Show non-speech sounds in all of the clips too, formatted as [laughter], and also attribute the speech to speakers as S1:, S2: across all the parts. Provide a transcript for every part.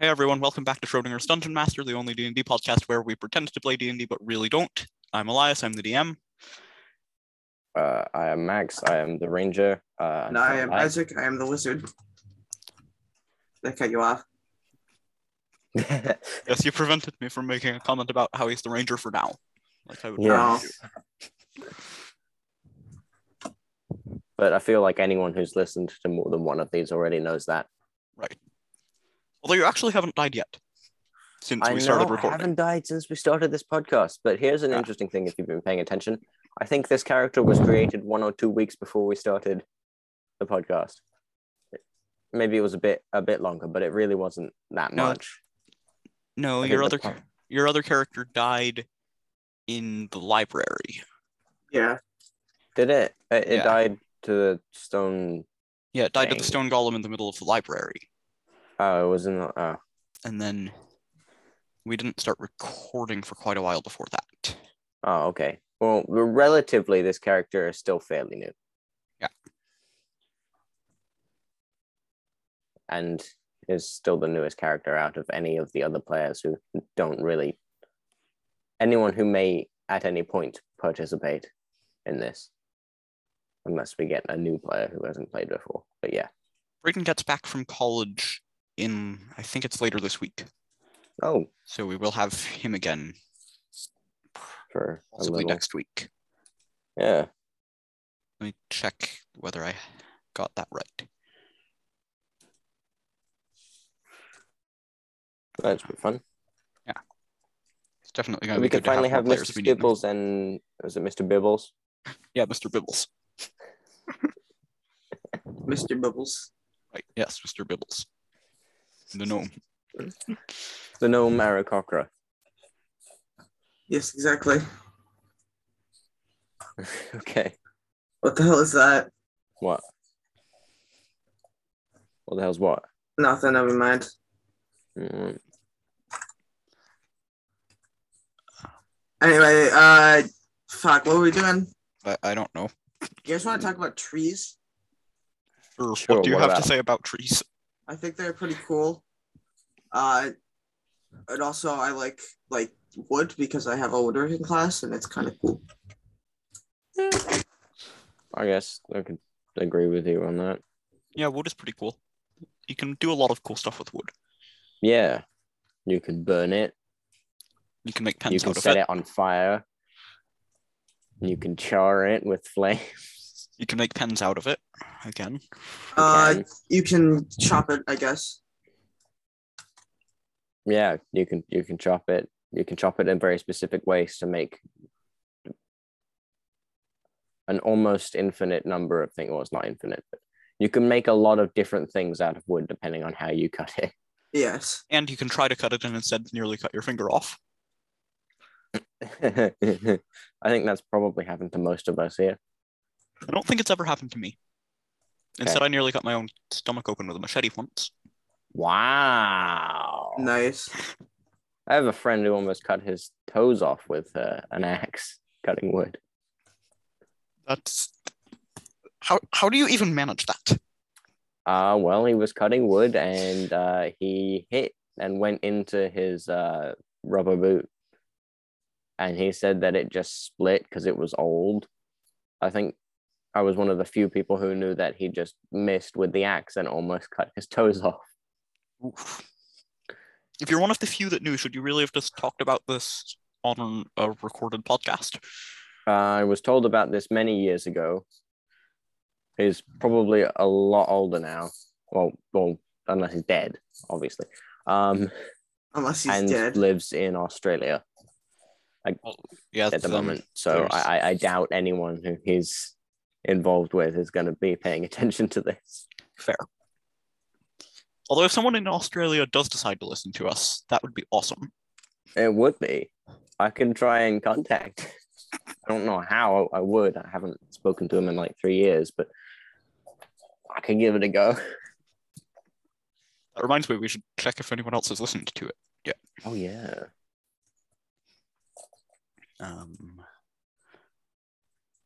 S1: Hey everyone, welcome back to Schrodinger's Dungeon Master, the only D&D podcast where we pretend to play D&D but really don't. I'm Elias, I'm the DM.
S2: Uh, I am Max. I am the ranger. Uh,
S3: And I am Isaac. I am the wizard. Did I cut you off?
S1: Yes, you prevented me from making a comment about how he's the ranger for now. Like I would
S2: Yeah.
S3: No.
S2: [laughs] but I feel like anyone who's listened to more than one of these already knows that.
S1: Although you actually haven't died yet since
S2: I
S1: we
S2: know
S1: started
S2: I
S1: recording. Ah.
S2: haven't died since we started this podcast, but here's an
S1: Yeah.
S2: interesting thing if you've been paying attention. I think this character was created one or two weeks before we started the podcast. Maybe it was a bit a bit longer, but it really wasn't that
S1: No,
S2: much.
S1: No,
S2: I
S1: your
S2: think
S1: other
S2: that's fine.
S1: your other character died in the library.
S3: Yeah.
S2: Did it? It, it
S1: Yeah.
S2: died to the stone.
S1: Yeah, it died to the stone
S2: Dang.
S1: golem in the middle of the library.
S2: Oh, it was in. the- Oh,
S1: And then we didn't start recording for quite a while before that.
S2: oh, okay. Well, relatively, this character is still fairly new.
S1: Yeah.
S2: And is still the newest character out of any of the other players who don't really. Anyone who may at any point participate in this. Unless we get a new player who hasn't played before. But yeah.
S1: Brayden gets back from college in, I think it's later this week.
S2: Oh,
S1: So we will have [laughs] him again
S2: for a
S1: possibly
S2: little.
S1: next week.
S2: Yeah.
S1: Let me check whether I got that right.
S2: That's pretty fun.
S1: It's definitely going to
S2: And
S1: be
S2: we could
S1: good to
S2: finally have,
S1: more players if
S2: Mr.
S1: we need them.
S2: Skibbles and was it Mr. Bibbles?
S1: Yeah, Mr. Bibbles.
S3: Mr. Bubbles.
S1: Right. Yes, Mr. Bibbles. The gnome.
S2: The gnome Aracocra. [laughs]
S3: Yes, exactly.
S2: okay.
S3: What the hell is that?
S2: What? What the hell's what?
S3: Nothing, never mind.
S2: Mm,
S3: Anyway, uh fuck, what were we doing?
S1: I, I don't know.
S3: You guys want to talk about trees?
S1: Or
S2: Sure,
S1: what do you
S2: what
S1: have
S2: about-
S1: to say about trees?
S3: I think they're pretty cool. Uh and also I like like wood because I have a woodworking class and it's kind of cool.
S2: I guess I could agree with you on that.
S1: Yeah, wood is pretty cool. You can do a lot of cool stuff with wood.
S2: Yeah. You could burn it.
S1: You can make
S2: you
S1: pens
S2: can
S1: out of
S2: set
S1: it.
S2: it on fire. You can char it with [laughs] flame.
S1: You can make pens out of it. Again.
S3: Uh
S2: Okay.
S3: you can chop it, I guess.
S2: yeah, you can you can chop it. You can chop it in very specific ways to make an almost infinite number of things. Well, it's not infinite, but you can make a lot of different things out of wood depending on how you cut it.
S3: Yes.
S1: And you can try to cut it and instead nearly cut your finger off.
S2: [laughs] I think that's probably happened to most of us here.
S1: I don't think it's ever happened to me. Instead, I nearly got my own stomach open with a machete once.
S2: Wow.
S3: Nice.
S2: I have a friend who almost cut his toes off with uh, an axe cutting wood.
S1: That's how how do you even manage that?
S2: Uh, well, he was cutting wood and uh, he hit and went into his uh, rubber boot. And he said that it just split because it was old. I think I was one of the few people who knew that he just missed with the axe and almost cut his [laughs] toes off.
S1: Oof. If you're one of the few that knew, should you really have just talked about this on a recorded podcast?
S2: Uh, I was told about this many years ago. He's probably a lot older now. Well, well, unless he's dead, obviously. Um,
S3: Unless he's
S2: and
S3: dead.
S2: lives in Australia.
S1: Yeah,
S2: at the
S1: then
S2: moment. So
S1: there's-
S2: I, I- I doubt anyone who he's involved with is going to be paying [laughs] attention to this.
S1: Fair. Although if someone in Australia does decide to listen to us, that would be awesome.
S2: It would be. I can try and contact. [laughs] I don't know how I would. I haven't spoken to him in like three years, but I could give it a go.
S1: That reminds me, we should check if anyone else has listened to it.
S2: Oh yeah.
S1: Um...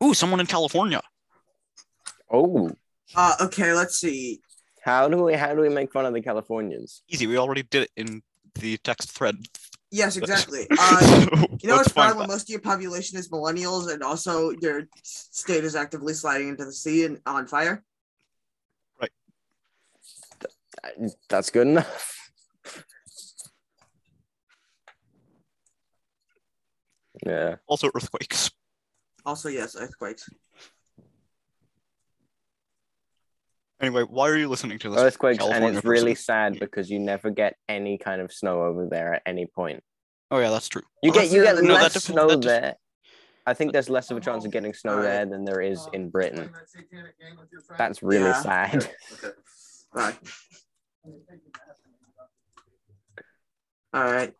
S1: Ooh, someone in California.
S2: Oh
S3: Uh, okay, let's see.
S2: How do we how do we make fun of the Californians?
S1: Easy. We already did it in the text thread.
S3: Yes, exactly. Uh,
S1: [laughs] So,
S3: you know
S1: let's
S3: what's
S1: find
S3: fine when
S1: that.
S3: most of your population is millennials and also your state is actively sliding into the sea and on fire?
S2: That's good enough. [laughs] Yeah.
S1: Also earthquakes.
S3: Also, yes, earthquakes.
S1: Anyway, why are you listening to this?
S2: Earthquakes and
S1: California
S2: it's really
S1: person?
S2: sad because you never get any kind of snow over there at any point.
S1: Oh yeah, that's true.
S2: You get you
S3: Unless
S2: get
S3: you're- No,
S2: less
S1: that depends-
S2: snow
S1: that just-
S2: there. I think there's less of a chance of getting snow
S3: Alright.
S2: there than there is in Britain.
S4: That's
S2: That's really
S3: Yeah.
S2: sad. [laughs]
S3: Bye. All right.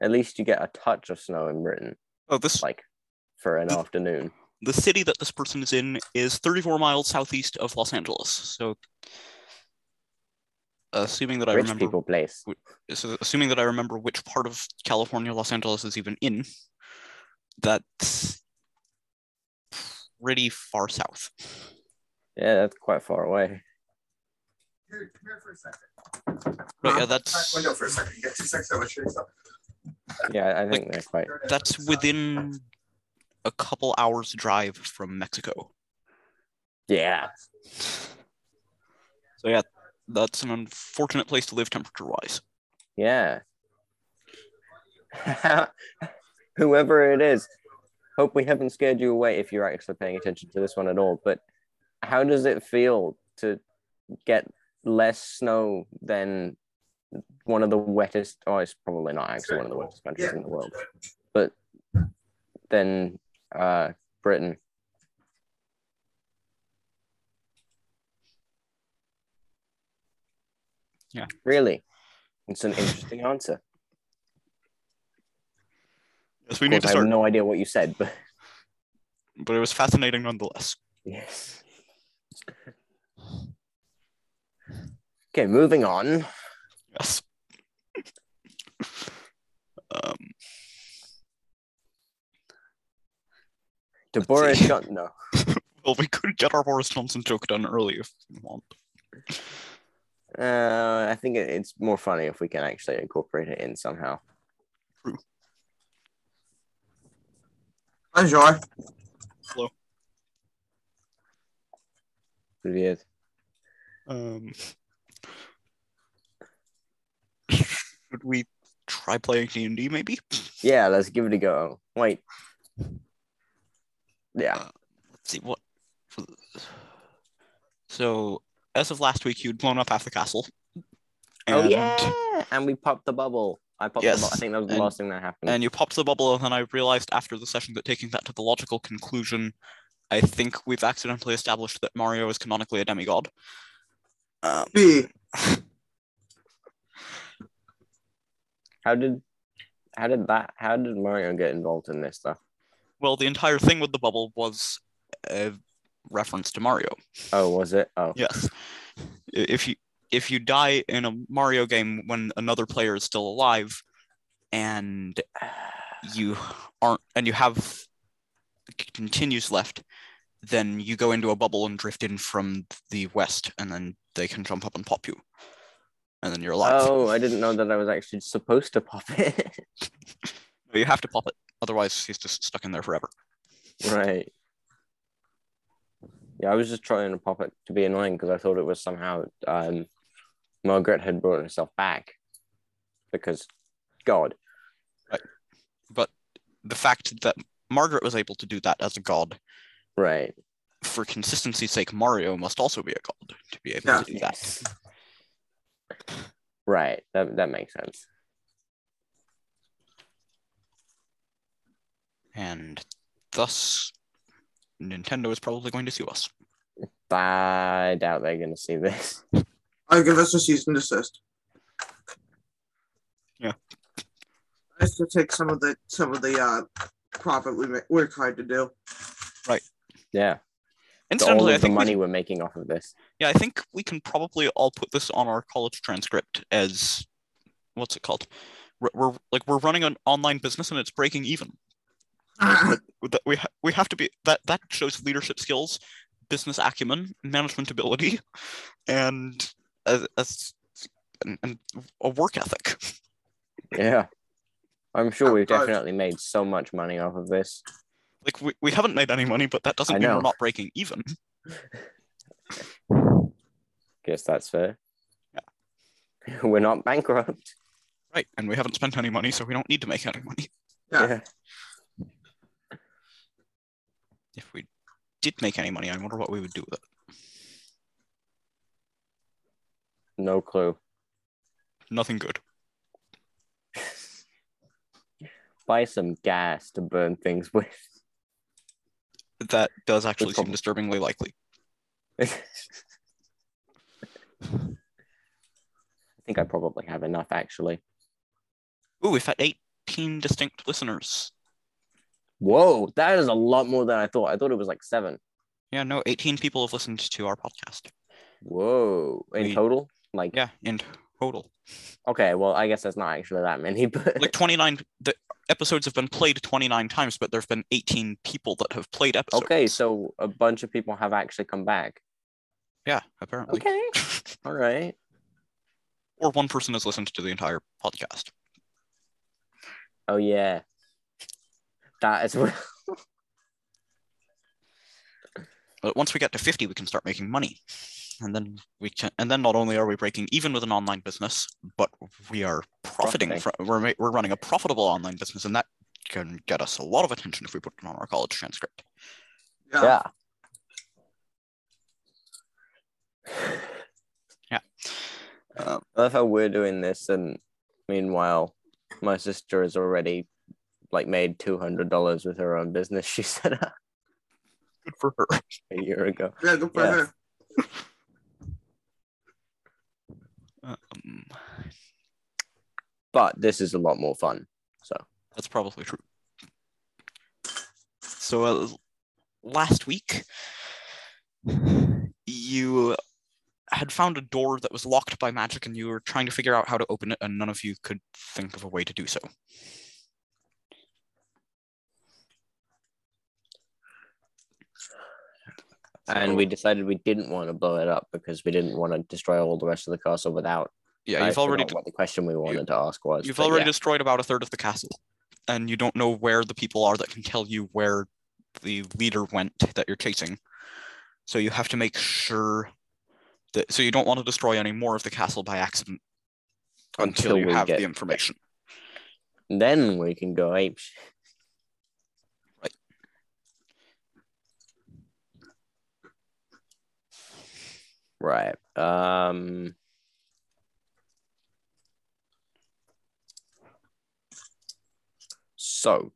S2: At least you get a touch of snow in Britain,
S1: Oh, this
S2: like for an
S1: Th-
S2: afternoon.
S1: the city that this person is in is 34 miles southeast of Los Angeles. So, assuming that I
S2: Rich
S1: remember,
S2: people place.
S1: so assuming that I remember which part of California Los Angeles is even in, that's pretty far south.
S2: Yeah, that's quite far away.
S4: Here, come here for a second.
S1: But yeah,
S3: Huh?
S4: Back
S1: that's
S4: window for a second. Get two seconds over yourself.
S2: Yeah, I think they're quite.
S1: that's within a couple hours drive from Mexico.
S2: Yeah,
S1: So yeah, that's an unfortunate place to live temperature-wise.
S2: yeah. [laughs] Whoever it is, hope we haven't scared you away if you're actually paying attention to this one at all. But how does it feel to get less snow than one of the wettest? Oh, it's probably not actually one of the wettest countries in the world, but then uh, Britain.
S1: Yeah.
S2: Really? It's an interesting answer.
S1: Yes, we
S2: Of
S1: need to
S2: course, I have
S1: start,
S2: no idea what you said, but [laughs]
S1: but it was fascinating nonetheless.
S2: yes. Okay, moving on.
S1: Yes. um,
S2: To
S1: Let's
S2: Boris
S1: see.
S2: Johnson. No.
S1: well, we could get our Boris Johnson joke done early if we want.
S2: Uh, I think it, it's more funny if we can actually incorporate it in somehow.
S3: Bonjour.
S2: Weird.
S1: Um, should we try playing D and D? Maybe.
S2: Yeah, let's give it a go. Wait. Yeah.
S1: Let's see what. So, as of last week, you'd blown up half the castle.
S2: oh yeah. And we popped the bubble. I popped the bubble. I
S1: Yes,
S2: think that was the
S1: and-
S2: last thing that happened.
S1: and you popped the bubble, and then I realized after the session that taking that to the logical conclusion, I think we've accidentally established that Mario is canonically a demigod. Um,
S3: B.
S2: how did how did that how did Mario get involved in this stuff?
S1: well, the entire thing with the bubble was a reference to Mario.
S2: Oh, was it? Oh.
S1: Yes. I- If you if you die in a Mario game when another player is still alive, and you aren't and you have continues left, then you go into a bubble and drift in from the west, and then they can jump up and pop you, and then you're alive.
S2: Oh, I didn't know that I was actually supposed to pop it. [laughs]
S1: But You have to pop it, otherwise he's just stuck in there forever.
S2: right. Yeah, I was just trying to pop it to be annoying because I thought it was somehow um, Margaret had brought herself back because God.
S1: But the fact that Margaret was able to do that as a god,
S2: Right.
S1: for consistency's sake, Mario must also be a god to be able
S3: Yeah.
S1: to do that.
S2: Right. That that makes sense.
S1: and thus Nintendo is probably going to sue us.
S2: I doubt they're gonna see this. [laughs]
S3: I'll give us a cease and desist.
S1: Yeah.
S3: I to take some of the some of the uh, profit we ma- we're trying to do.
S2: Yeah. So all
S1: Incidentally, I
S2: of the
S1: think we-
S2: money we're making off of this.
S1: yeah, I think we can probably all put this on our college transcript as what's it called? We're, we're like we're running an online business and it's breaking even. That we ha- we have to be that that shows leadership skills. business acumen, management ability, and a, a s- and- and a work ethic.
S2: Yeah. I'm sure
S1: Oh,
S2: we've
S3: Outside.
S2: definitely made so much money off of this.
S1: Like we, we haven't made any money, but that doesn't
S2: I
S1: mean
S2: know.
S1: we're not breaking even.
S2: Guess that's fair. [laughs] We're not bankrupt.
S1: Right. And we haven't spent any money, so we don't need to make any money.
S3: [laughs] Yeah.
S1: If we did make any money, I wonder what we would do with it.
S2: No clue.
S1: Nothing good.
S2: Buy some gas to burn things with. [laughs]
S1: That does actually seem
S2: prob-
S1: disturbingly likely.
S2: I think I probably have enough actually.
S1: Ooh, we've had 18 distinct listeners.
S2: Whoa, that is a lot more than I thought. I thought it was like seven.
S1: Yeah, no, 18 people have listened to our podcast.
S2: Whoa. In
S1: We-
S2: total? Like
S1: Yeah, in total.
S2: okay, well I guess that's not actually that many, [laughs] but
S1: Like 29, the episodes have been played 29 times, but there have been 18 people that have played episodes.
S2: okay, so a bunch of people have actually come back.
S1: Yeah, apparently.
S2: Okay.
S1: [laughs]
S2: All right.
S1: Or one person has listened to the entire podcast.
S2: Oh yeah. That as well.
S1: But once we get to 50, we can start making money. And then we can, and then not only are we breaking even with an online business, but we are profiting
S2: Profiting.
S1: from, we're, ma- we're running a profitable online business, and that can get us a lot of attention if we put it on our college transcript.
S3: Yeah.
S2: Yeah.
S1: Yeah.
S2: Um, I love how we're doing this, and meanwhile, my sister has already like made two hundred dollars with her own business [laughs] she set up
S1: Good for her.
S2: a year ago.
S3: Yeah, good for
S2: Yeah.
S3: her.
S1: Um,
S2: But this is a lot more fun. So
S1: That's probably true. So uh, last week, you had found a door that was locked by magic, and you were trying to figure out how to open it, and none of you could think of a way to do so.
S2: and we decided we didn't want to blow it up because we didn't want to destroy all the rest of the castle without.
S1: Yeah,
S2: I
S1: you've already
S2: forgot what the question we wanted to ask was.
S1: you've
S2: but
S1: already
S2: yeah.
S1: destroyed about a third of the castle, and you don't know where the people are that can tell you where the leader went that you're chasing. So you have to make sure that so you don't want to destroy any more of the castle by accident until,
S2: Until
S1: you
S2: we
S1: have
S2: get-
S1: the information.
S2: then we can go ape. shit. Right. Um. So,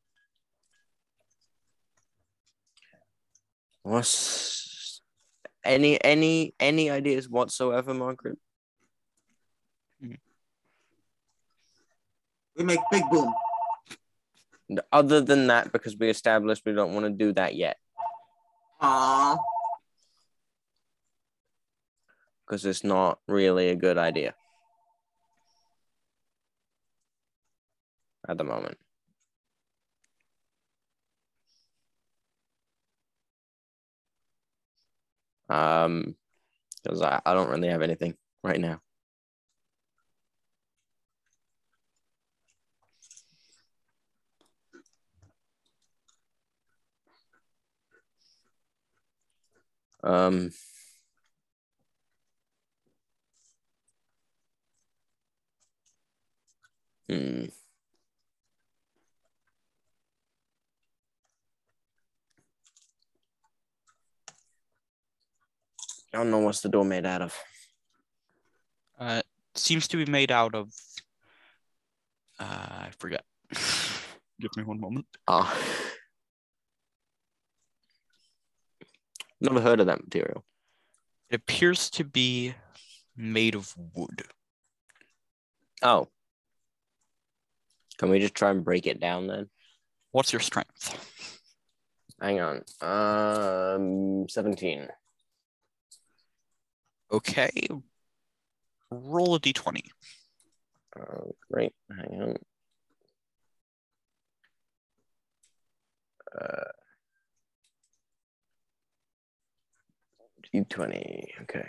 S2: what's any any any ideas whatsoever, Margaret?
S3: We make big boom.
S2: Other than that, because we established we don't want to do that yet,
S3: Aw.
S2: because it's not really a good idea at the moment. Um, because I, I don't really have anything right now. Um, hmm. I don't know what's the door made out of.
S1: Uh, seems to be made out of uh, I forget. [sighs] Give me one moment.
S2: Ah. Never heard of that material.
S1: It appears to be made of wood.
S2: Oh. Can we just try and break it down then?
S1: What's your strength?
S2: Hang on. Um, 17.
S1: Okay. Roll a d20.
S2: Oh, great. Hang on. Uh, D20. Okay.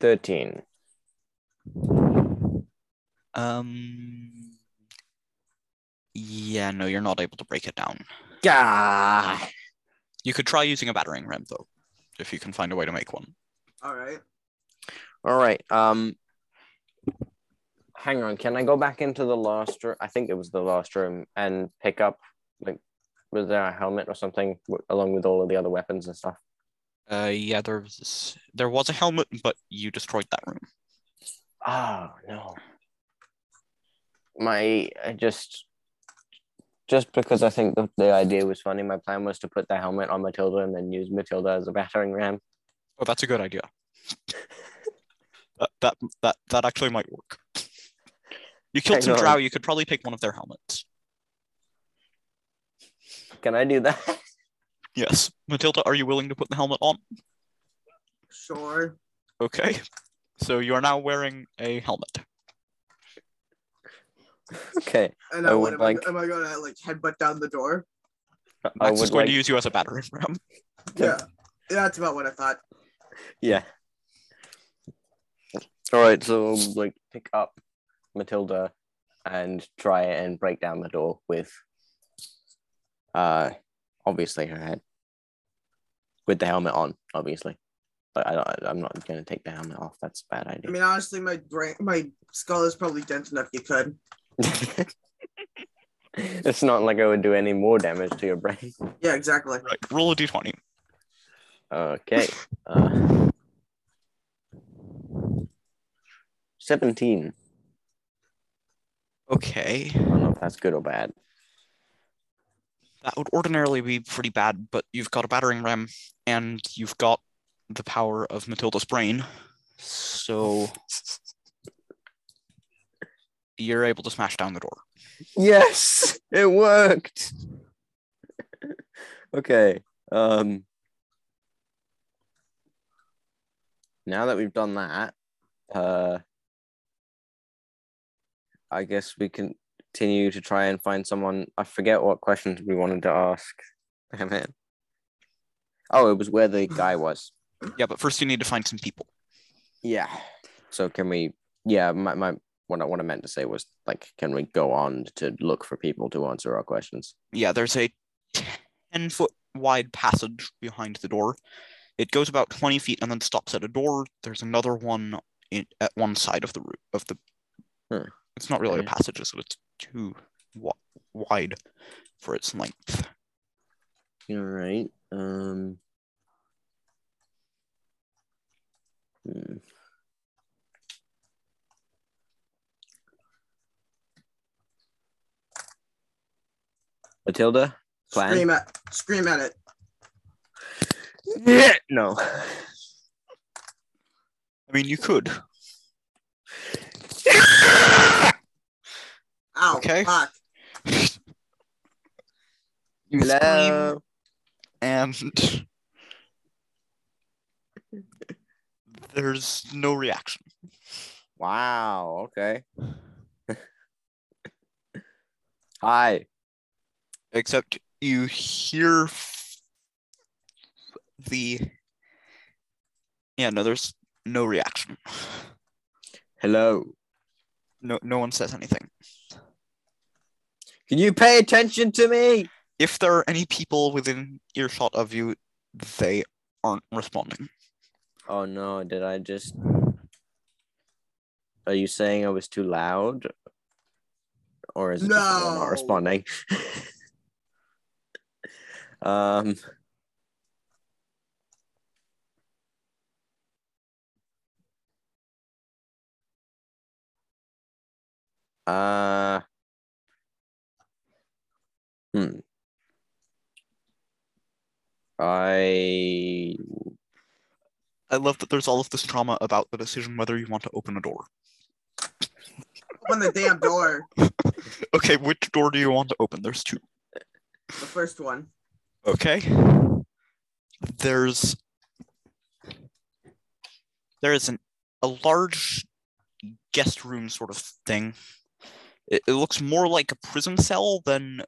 S2: 13.
S1: Um. Yeah, no, you're not able to break it down.
S2: Gah!
S1: You could try using a battering ram though, if you can find a way to make one.
S3: All right.
S2: All right. Um, hang on. Can I go back into the last room? I think it was the last room and pick up like was there a helmet or something w- along with all of the other weapons and stuff?
S1: Uh, yeah, there was there was a helmet, but you destroyed that room.
S2: Oh no. My I just just because I think the, the idea was funny, my plan was to put the helmet on Matilda and then use Matilda as a battering ram.
S1: Oh, that's a good [laughs] idea. that, that that that actually might work. You killed
S2: Hang
S1: some
S2: on.
S1: drow. You could probably take one of their helmets.
S2: Can I do that? [laughs]
S1: Yes, Matilda, are you willing to put the helmet on?
S3: Sure.
S1: Okay. So you are now wearing a helmet.
S2: okay.
S3: And
S2: I
S3: I,
S2: would
S3: what, am,
S2: like-
S3: I, am I gonna like headbutt down the door?
S2: I
S1: Max is
S2: would
S1: going
S2: like
S1: to use you as a battering ram.
S2: Yeah.
S3: Yeah. Yeah, that's about what I thought.
S2: Yeah. All right, so like pick up Matilda and try and break down the door with uh obviously her head with the helmet on, obviously. But I don't, I'm not going to take the helmet off. That's a bad
S3: I
S2: idea. [laughs]
S3: mean, honestly, my brain, my skull is probably dented enough. You could.
S2: it's not like I would do any more damage to your brain.
S3: Yeah, exactly.
S1: Right. Roll a d20.
S2: Okay. Uh, 17.
S1: Okay.
S2: I don't know if that's good or bad.
S1: That would ordinarily be pretty bad, but you've got a battering ram and you've got the power of Matilda's brain.
S2: [laughs]
S1: So you're able to smash down the door.
S2: Yes, it worked. okay. Um Now that we've done that, uh I guess we can continue to try and find someone. I forget what questions we wanted to ask. [laughs] Damn it. Oh, it was where the guy was.
S1: Yeah, but first you need to find some people.
S2: Yeah. So can we? Yeah, my, my what I what I meant to say was like, can we go on to look for people to answer our questions?
S1: Yeah, there's a 10 foot wide passage behind the door. It goes about 20 feet and then stops at a door. There's another one in, at one side of the roo- of the.
S2: Hmm.
S1: It's not really
S2: Okay.
S1: a passage, so it's too wi- wide for its length.
S2: All right. Um. hmm. Matilda, Plan?
S3: Scream at, scream at it.
S2: yeah, [laughs] no,
S1: I mean, you could.
S3: Ow.
S1: Okay.
S3: Fuck.
S1: You scream
S2: hello,
S1: and there's no reaction.
S2: wow, okay, [laughs] hi,
S1: except you hear f- the yeah no there's no reaction
S2: hello.
S1: no no one says anything
S2: Can you pay attention to me?
S1: if there are any people within earshot of you they aren't responding
S2: Oh no, did I just. Are you saying I was too loud? Or is it just that I'm not
S3: No.
S2: responding? [laughs] um. Uh. Hmm. I
S1: i love that there's all of this trauma about the decision whether you want to open a door
S3: Open the damn door.
S1: okay which door do you want to open there's two
S3: The first one.
S1: Okay. There's there is an a large guest room sort of thing. It, it looks more like a prison cell than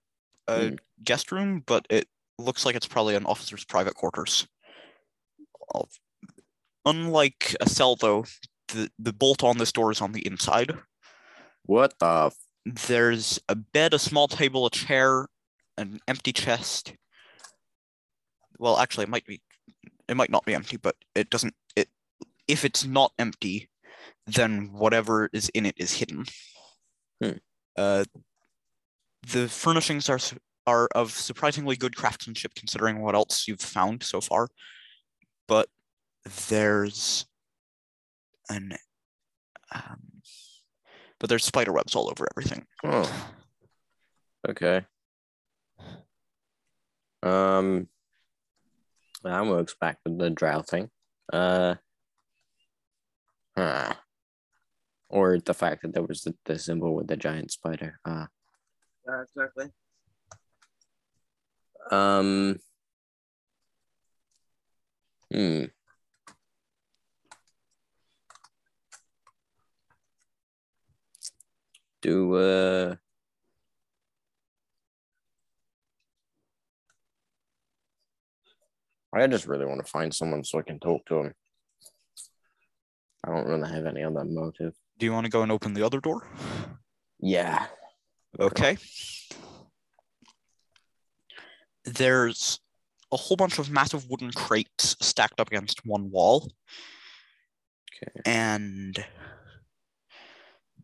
S1: a guest room, but it looks like it's probably an officer's private quarters. I'll- unlike a cell though, the, the bolt on this door is on the inside.
S2: What the? F-
S1: There's a bed, a small table, a chair, an empty chest. Well, actually, it might be, it might not be empty, but it doesn't. It if it's not empty, then whatever is in it is hidden.
S2: Hmm.
S1: Uh, the furnishings are su- are of surprisingly good craftsmanship, considering what else you've found so far. But there's an um, but there's spider webs all over everything.
S2: oh, okay. Um, that works back with the drow thing. Uh, huh. Or the fact that there was the, the symbol with the giant spider. Ah.
S3: Yeah, exactly.
S2: Um. Hmm. Do uh. I just really want to find someone so I can talk to him. I don't really have any other motive.
S1: Do you want to go and open the other door?
S2: Yeah.
S1: Okay. There's a whole bunch of massive wooden crates stacked up against one wall.
S2: Okay.
S1: and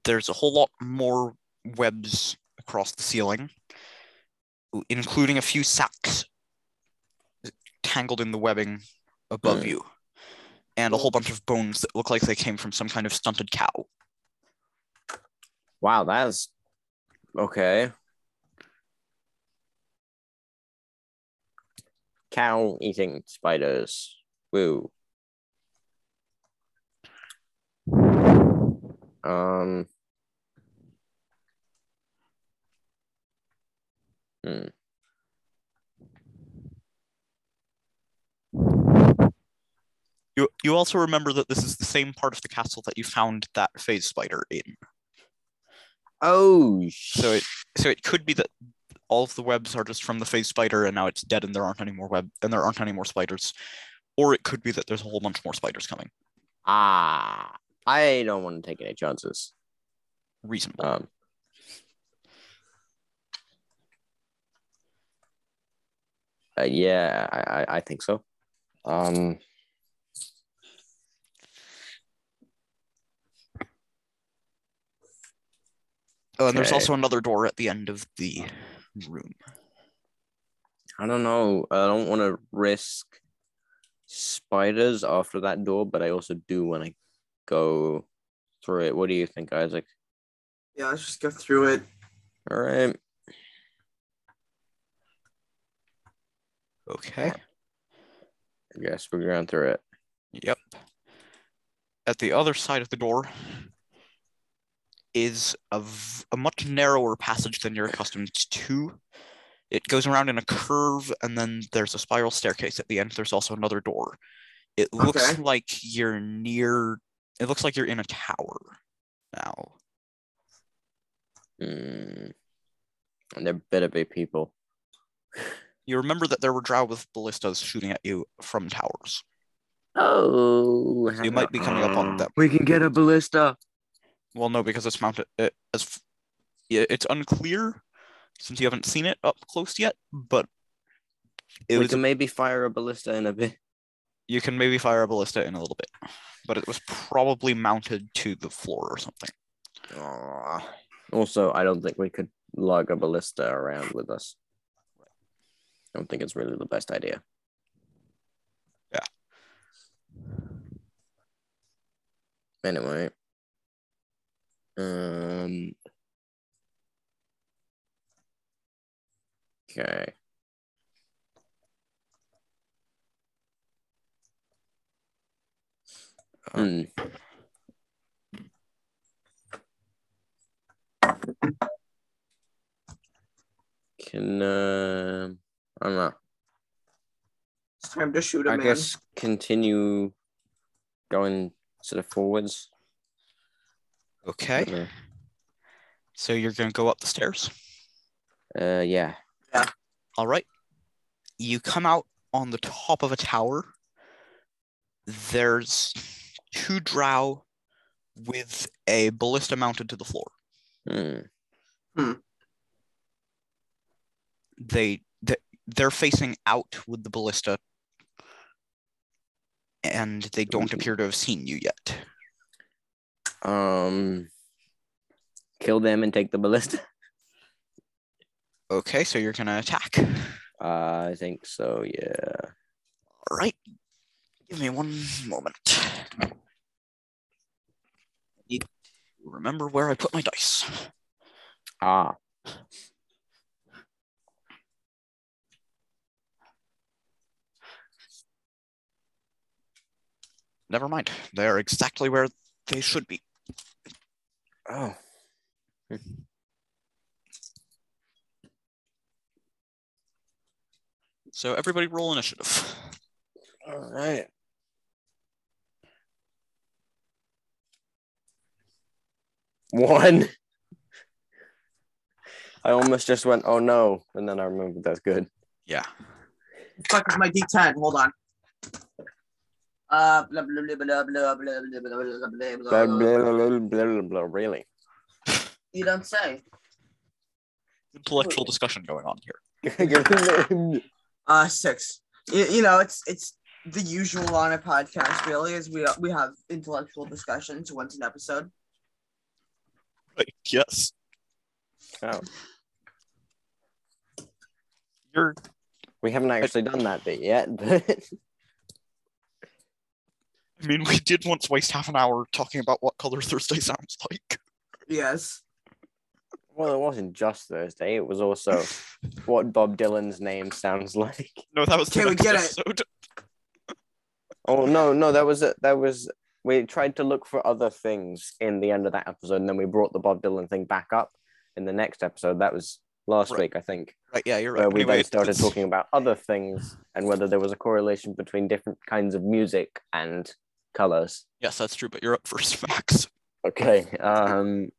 S1: there's a whole lot more webs across the ceiling, including a few sacks tangled in the webbing above
S2: Hmm.
S1: you, and a whole bunch of bones that look like they came from some kind of stunted cow.
S2: Wow, that's okay. Cow eating spiders. Woo. Um. Hmm.
S1: You, you also remember that this is the same part of the castle that you found that phase spider in.
S2: Oh, sh-
S1: So it so it could be that all of the webs are just from the phase spider and now it's dead and there aren't any more web and there aren't any more spiders. Or it could be that there's a whole bunch more spiders coming.
S2: ah, I don't want to take any chances.
S1: Reasonable.
S2: Um. uh, yeah, I, I, I think so. Um.
S1: oh, and there's
S2: okay.
S1: also another door at the end of the room.
S2: I don't know. I don't want to risk spiders after that door, but I also do want to go through it. What do you think, Isaac?
S3: Yeah, let's just go through it.
S2: All right.
S1: Okay.
S2: I guess we're going through it.
S1: Yep. At the other side of the door is a, v- a much narrower passage than you're accustomed to. It goes around in a curve, and then there's a spiral staircase at the end. There's also another door. It looks
S3: Okay.
S1: like you're near. It looks like you're in a tower now.
S2: Mm. And there better be people.
S1: You remember that there were drow with ballistas shooting at you from towers.
S2: Oh,
S1: So you might be coming up on them.
S2: We can get a ballista.
S1: Well, no, because it's mounted. It, as f- yeah, it's unclear since you haven't seen it up close yet. But it
S2: we
S1: was.
S2: can maybe fire a ballista in a bit.
S1: you can maybe fire a ballista in a little bit, but it was probably mounted to the floor or something.
S2: Also, I don't think we could lug a ballista around with us. I don't think it's really the best idea.
S1: Yeah.
S2: Anyway. Um. Okay. Hmm. Can uh, I don't know.
S3: It's time to shoot a
S2: I
S3: man.
S2: guess continue going sort of forwards.
S1: Okay, so you're gonna go up the stairs.
S2: Uh, yeah.
S1: All right. You come out on the top of a tower there's two drow with a ballista mounted to the floor.
S2: Hmm.
S1: They, they they're facing out with the ballista, and they don't appear to have seen you yet.
S2: Um, kill them and take the ballista.
S1: Okay, so you're gonna attack.
S2: Uh, [laughs] I think so. Yeah.
S1: All right. Give me one moment. I need to remember where I put my dice.
S2: Ah,
S1: Never mind. They're exactly where they should be.
S2: Oh.
S1: So everybody roll initiative.
S2: all right. One. I almost just went, oh no, and then I remembered that's good.
S1: Yeah.
S3: Fuck is my D10. Hold on. Uh, blah, blah, blah, blah, blah, blah, blah, blah, blah, blah,
S2: Blah,
S3: blah,
S2: blah,
S3: blah, blah.
S2: blah, blah, blah, blah, blah, [laughs] really? [laughs]
S3: You don't say.
S1: Intellectual discussion going on here.
S3: Uh, six. You, you know, it's it's the usual on a podcast. Really, is we we have intellectual discussions once an episode.
S1: Right. Yes.
S2: oh,
S1: You're
S2: we haven't actually done that bit yet, [laughs] but
S1: I mean, we did once waste half an hour talking about what color Thursday [laughs] sounds like.
S3: Yes.
S2: well, it wasn't just Thursday. It
S1: [laughs]
S2: was also what Bob Dylan's name sounds [laughs] like.
S1: No, that was the
S3: Okay, we
S1: next
S3: get it.
S1: episode. [laughs]
S2: Oh no, no, that was it. That was we tried to look for other things in the end of that episode, and then we brought the Bob Dylan thing back up in the next episode. That was last
S1: Right.
S2: week, I think,
S1: Right, yeah, you're right.
S2: where we
S1: Anyway,
S2: then started
S1: it's-
S2: talking about other things and whether there was a correlation between different kinds of music and colors.
S1: Yes, that's true, but you're up first [laughs] facts.
S2: Okay. Um.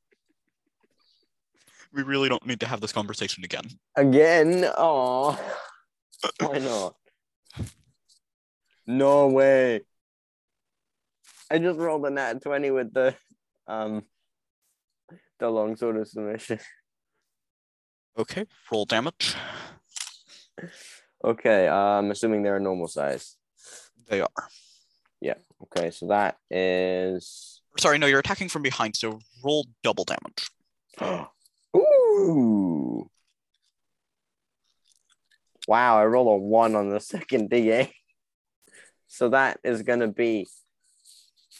S1: We really don't need to have this conversation again.
S2: Again. Oh. Why not? No way. I just rolled a nat 20 with the um the long sword of submission.
S1: [laughs] Okay, roll damage.
S2: Okay, uh, I'm assuming they're a normal size.
S1: They are.
S2: Okay, so that is
S1: Sorry, no, you're attacking from behind, so roll double damage.
S2: [gasps] Ooh. Wow, I roll a one on the [laughs] second DA. So that is gonna be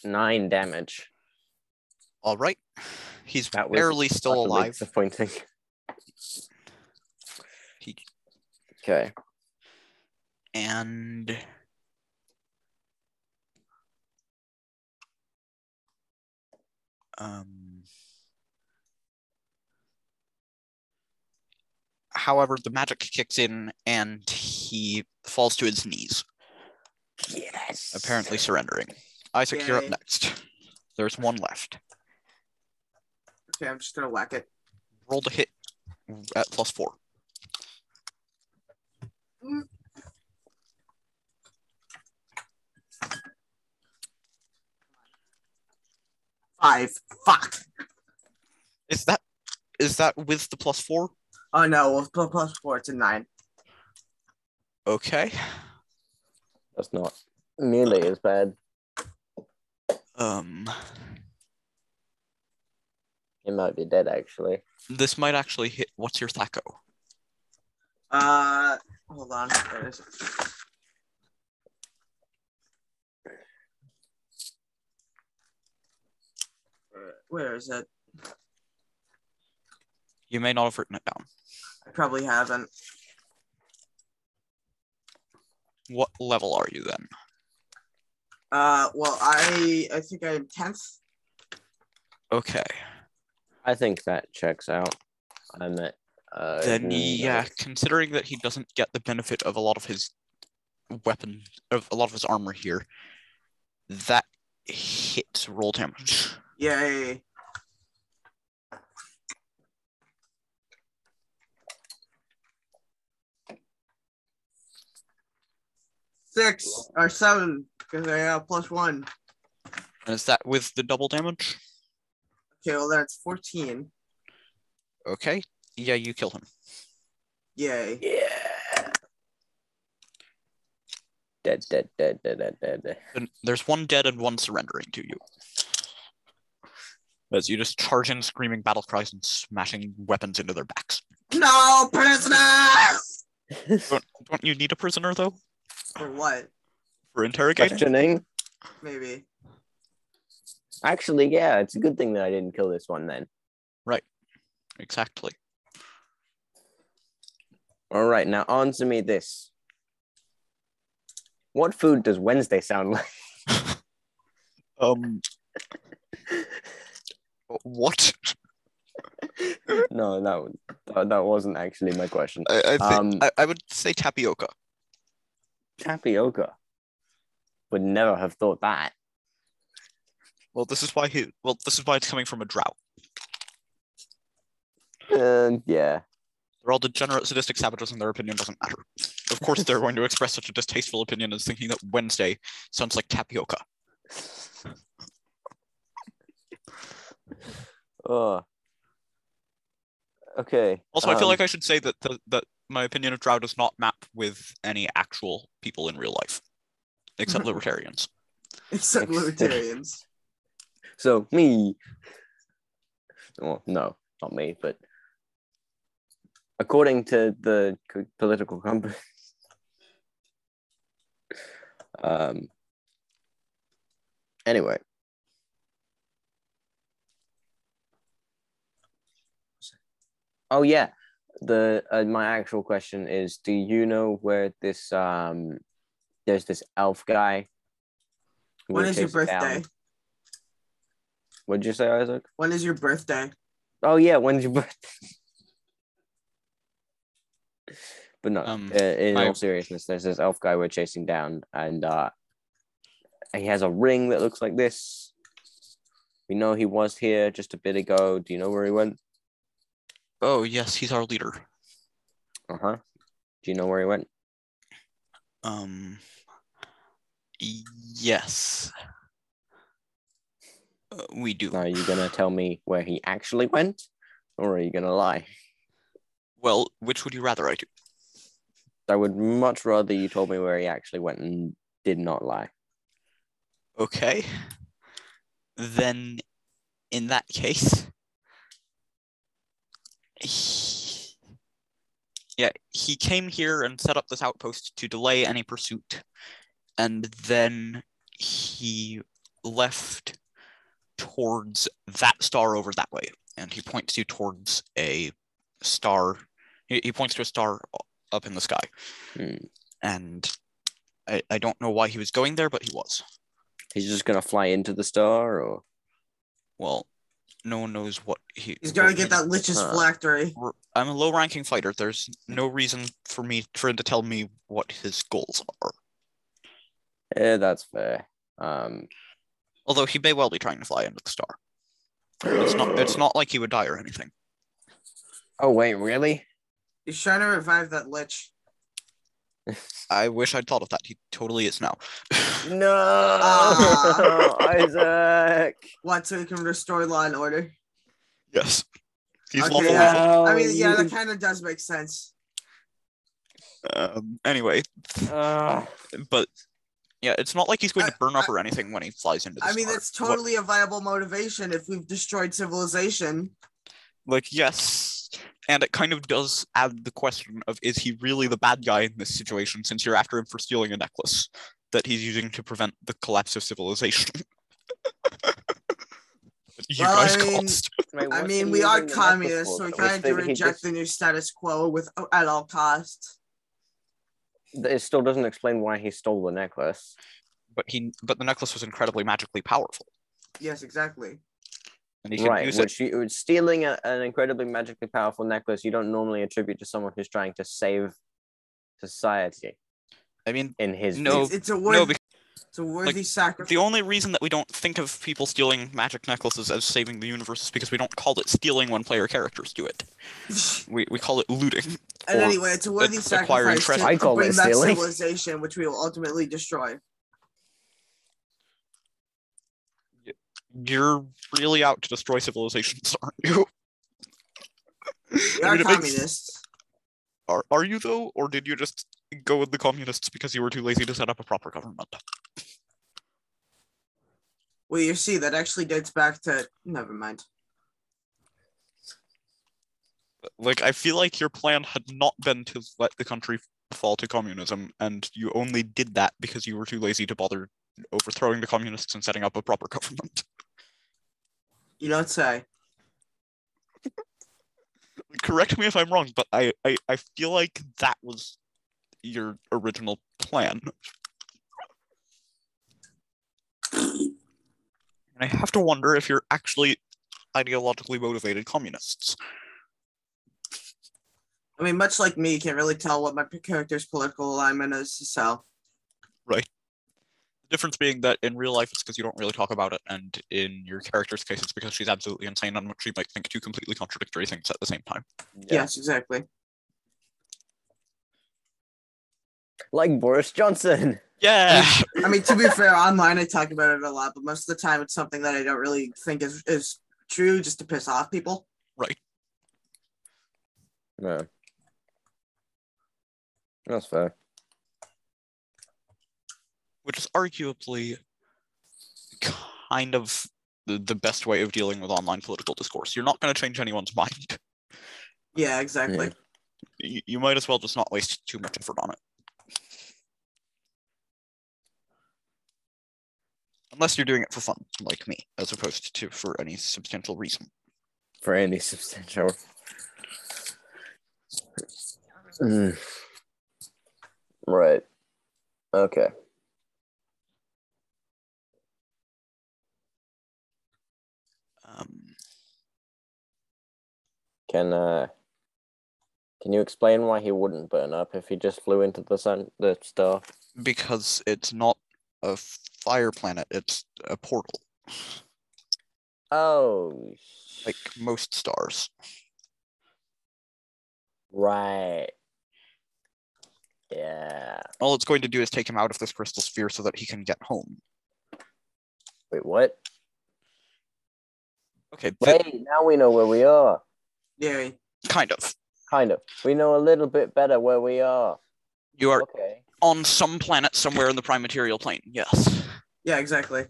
S2: nine damage.
S1: All right. He's
S2: That was
S1: barely still
S2: Utterly
S1: alive.
S2: Disappointing.
S1: He,
S2: Okay.
S1: and um however the magic kicks in and he falls to his knees
S2: Yes.
S1: apparently surrendering isaac you're up
S3: Yay.
S1: next there's one left
S3: Okay, I'm just gonna whack it.
S1: roll to hit at plus four
S3: Five. Fuck.
S1: is that is that with the plus four
S3: Oh no. Well, pl- plus four. It's a nine.
S1: okay
S2: That's not nearly as bad.
S1: um
S2: He might be dead actually.
S1: this might actually hit what's your thaco
S3: Uh, hold on. There it is. Uh, Where is it?
S1: you may not have written it down
S3: I probably haven't.
S1: what level are you then
S3: Uh, well, I I think I'm tenth.
S1: Okay.
S2: I think that checks out. I'm at uh
S1: then
S2: mm,
S1: yeah,
S2: like-
S1: considering that he doesn't get the benefit of a lot of his weapon of a lot of his armor here, that hits roll damage.
S3: Yay! six or seven because I have plus one.
S1: And is that with the double damage?
S3: Okay, well then it's fourteen.
S1: Okay. Yeah, you kill him.
S3: Yay.
S2: Yeah. Dead, dead, dead, dead, dead, dead,
S1: [laughs]
S2: dead.
S1: And there's one dead and one surrendering to you. As you just charge in, screaming battle cries and smashing weapons into their backs.
S3: No prisoners.
S1: Don't you need a prisoner though
S3: For what?
S1: for interrogating?
S2: Questioning.
S3: Maybe. [laughs]
S2: Actually, yeah, it's a good thing that I didn't kill this one then.
S1: Exactly.
S2: All right, now answer me this. What food does Wednesday sound like?
S1: Um. what?
S2: no, that, wa- that wasn't actually my question.
S1: I, I think
S2: Um,
S1: I, I would say tapioca.
S2: Tapioca. Would never have thought that.
S1: Well, this is why he. Well, this is why it's coming from a drought.
S2: Uh, yeah.
S1: They're all degenerate, sadistic savages, and their opinion doesn't matter. Of course, they're going to express such a distasteful opinion as thinking that Wednesday sounds like tapioca.
S2: Oh. Okay.
S1: Also, I feel
S2: um,
S1: like I should say that the, that my opinion of drought does not map with any actual people in real life,
S2: [laughs]
S1: except libertarians.
S3: Except libertarians.
S2: So me. Well, no, not me, but according to the co- political compass, [laughs] um. Anyway. Oh yeah, the uh, my actual question is: Do you know where this um, there's this elf guy? who
S3: When is your
S2: chases down-
S3: birthday?
S2: What'd you say, Isaac?
S3: When is your birthday?
S2: Oh yeah, when's your birthday? but no,
S1: Um,
S2: uh, in
S1: I-
S2: all seriousness, there's this elf guy we're chasing down, and uh, he has a ring that looks like this. We know he was here just a bit ago. Do you know where he went?
S1: Oh yes, he's our leader.
S2: Uh huh. Do you know where he went?
S1: Um. Yes. Uh, we do.
S2: Now, are you gonna tell me where he actually went, or are you gonna lie?
S1: Well, which would you rather I do?
S2: I would much rather you told me where he actually went and did not lie.
S1: Okay. Then, in that case, he- yeah, he came here and set up this outpost to delay any pursuit, and then he left towards that star over that way, and he points you towards a star. He, he points to a star up in the sky,
S2: Hmm.
S1: and I, I don't know why he was going there, but he was.
S2: He's just gonna fly into the star, or
S1: Well, no one knows what he.
S3: He's gonna
S1: what
S3: get
S1: he-
S3: that lich's
S2: Huh.
S3: phylactery.
S1: r- I'm a low-ranking fighter. There's no reason for me for him to tell me what his goals are.
S2: yeah, eh, that's fair. Um,
S1: Although he may well be trying to fly into the star. It's not. It's not like he would die or anything.
S2: Oh wait, really?
S3: He's trying to revive that lich.
S1: I wish I'd thought of that. He totally is now.
S2: No,
S3: [laughs] Ah.
S2: Isaac.
S3: What? So he can restore law and order.
S1: Yes. He's
S3: Okay, uh,
S1: lawful
S3: Oh, yeah.
S1: evil.
S3: I mean, yeah,
S2: Oh,
S3: that kind of does make sense.
S1: Um, anyway,
S2: Ah.
S1: but yeah, it's not like he's going
S3: I-
S1: to burn up or anything when he flies into the
S3: I mean,
S1: star.
S3: that's
S1: What-
S3: totally a viable motivation if we've destroyed civilization.
S1: like yes and it kind of does add the question of is he really the bad guy in this situation since you're after him for stealing a necklace that he's using to prevent the collapse of civilization [laughs] That you
S3: Well, I
S1: guys
S3: mean-
S1: caused
S2: Wait,
S3: I
S2: what
S3: mean,
S2: can
S3: we
S2: you
S3: are
S2: bring the necklace for?
S3: communists, so we
S2: That
S3: kind
S2: was
S3: of
S2: the-
S3: do
S2: he
S3: reject
S2: just-
S3: the new status quo with at all costs.
S2: It still doesn't explain why he stole the necklace.
S1: but he but the necklace was incredibly magically powerful
S3: Yes, exactly.
S1: and he could
S2: Right,
S1: use it
S2: which you, stealing a, an incredibly magically powerful necklace you don't normally attribute to someone who's trying to save society.
S1: i mean
S2: In his
S1: No,
S2: view.
S3: it's, it's a worth
S1: no because
S3: It's a worthy
S1: Like,
S3: sacrifice.
S1: The only reason that we don't think of people stealing magic necklaces as saving the universe is because we don't call it stealing when player characters do it. We, we call it looting.
S3: [laughs] and
S1: or
S3: anyway, it's a worthy
S1: it's acquiring
S3: sacrifice to,
S1: treasure.
S2: I
S3: to
S2: call
S3: bring
S2: it
S3: back
S2: stealing.
S3: civilization, which we will ultimately destroy.
S1: You're really out to destroy civilizations, [laughs] aren't you?
S3: We
S1: I
S3: are
S1: mean, it makes-
S3: communists.
S1: Are, are you though, or did you just go with the communists because you were too lazy to set up a proper government?
S3: Well, you see, that actually dates back to. Never mind.
S1: Like, I feel like your plan had not been to let the country fall to communism, and you only did that because you were too lazy to bother overthrowing the communists and setting up a proper [laughs] government.
S3: You don't say.
S1: correct me if I'm wrong, but I, I, I feel like that was your original plan. And I have to wonder if you're actually ideologically motivated communists.
S3: I mean, much like me, you can't really tell what my character's political alignment is. So,
S1: The difference being that in real life it's because you don't really talk about it, and in your character's case it's because she's absolutely insane and she might think two completely contradictory things at the same time.
S3: yes, exactly.
S2: Like Boris Johnson. [laughs]
S1: Yeah.
S3: I mean, to be fair, online I talk about it a lot, but most of the time it's something that I don't really think is, is true just to piss off people.
S2: No. That's fair.
S1: which is arguably kind of the, the best way of dealing with online political discourse. You're not going to change anyone's [laughs] mind.
S3: Yeah, exactly.
S2: Yeah.
S1: You, you might as well just not waste too much effort on it. Unless you're doing it for fun, like me, as opposed to for any substantial reason.
S2: For any substantial. Mm. Right. Okay.
S1: Um,
S2: Can uh can you explain why he wouldn't burn up if he just flew into the sun the star?
S1: because it's not a fire planet, it's a portal,
S2: Oh
S1: like most stars.
S2: right. Yeah.
S1: All it's going to do is take him out of this crystal sphere so that he can get home.
S2: Wait, what?
S1: Okay, th-
S2: Wait, now we know where we are.
S3: Yeah.
S1: kind of.
S2: Kind of. We know a little bit better where we are.
S1: You are
S2: Okay.
S1: on some planet somewhere in the prime material plane. Yes.
S3: Yeah, exactly.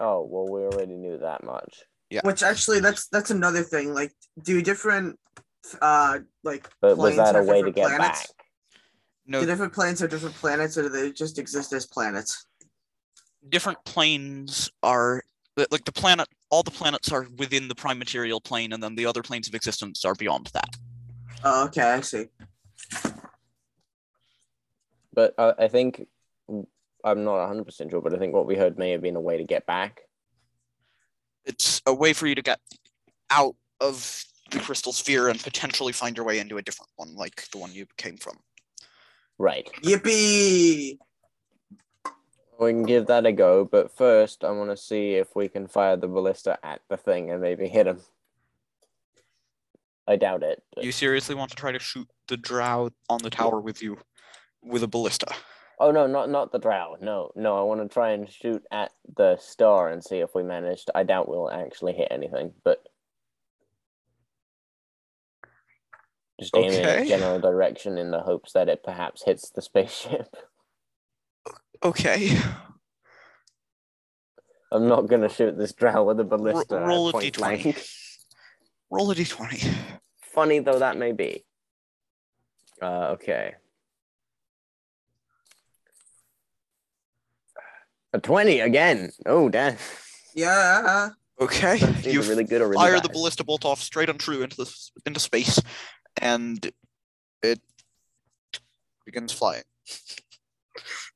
S2: Oh well we already knew that much.
S1: Yeah.
S3: Which actually, that's that's another thing. Like, do different, uh, like,
S2: But was
S3: planes
S2: that a
S3: have
S2: way to
S3: different
S2: get
S3: planets?
S2: back?
S1: No,
S3: Do different planes have different planets, or do they just exist as planets?
S1: different planes are li- like the planet. All the planets are within the prime material plane, and then the other planes of existence are beyond that.
S3: Oh, okay, I see.
S2: But uh, I think I'm not 100 percent sure, but I think what we heard may have been a way to get back.
S1: It's a way for you to get out of the crystal sphere and potentially find your way into a different one, like the one you came from.
S2: Right.
S3: Yippee!
S2: We can give that a go, but first I want to see if we can fire the ballista at the thing and maybe hit him. I doubt it. but-
S1: You seriously want to try to shoot the drow on the tower with you with a ballista?
S2: Oh no, not not the drow. No, no. I want to try and shoot at the star and see if we manage. to- I doubt we'll actually hit anything, but just aim in a
S1: Okay.
S2: general direction in the hopes that it perhaps hits the spaceship.
S1: Okay.
S2: I'm not gonna shoot this drow with a ballista. at
S1: roll a
S2: point
S1: d20.
S2: blank. [laughs]
S1: Roll a d20.
S2: Funny though that may be. Uh, okay. A twenty again. Oh damn!
S3: Yeah.
S1: Okay. [laughs]
S2: That's either
S1: You
S2: really good or really
S1: fire
S2: bad.
S1: the ballista bolt off straight and true into the, s- into space, and it begins flying.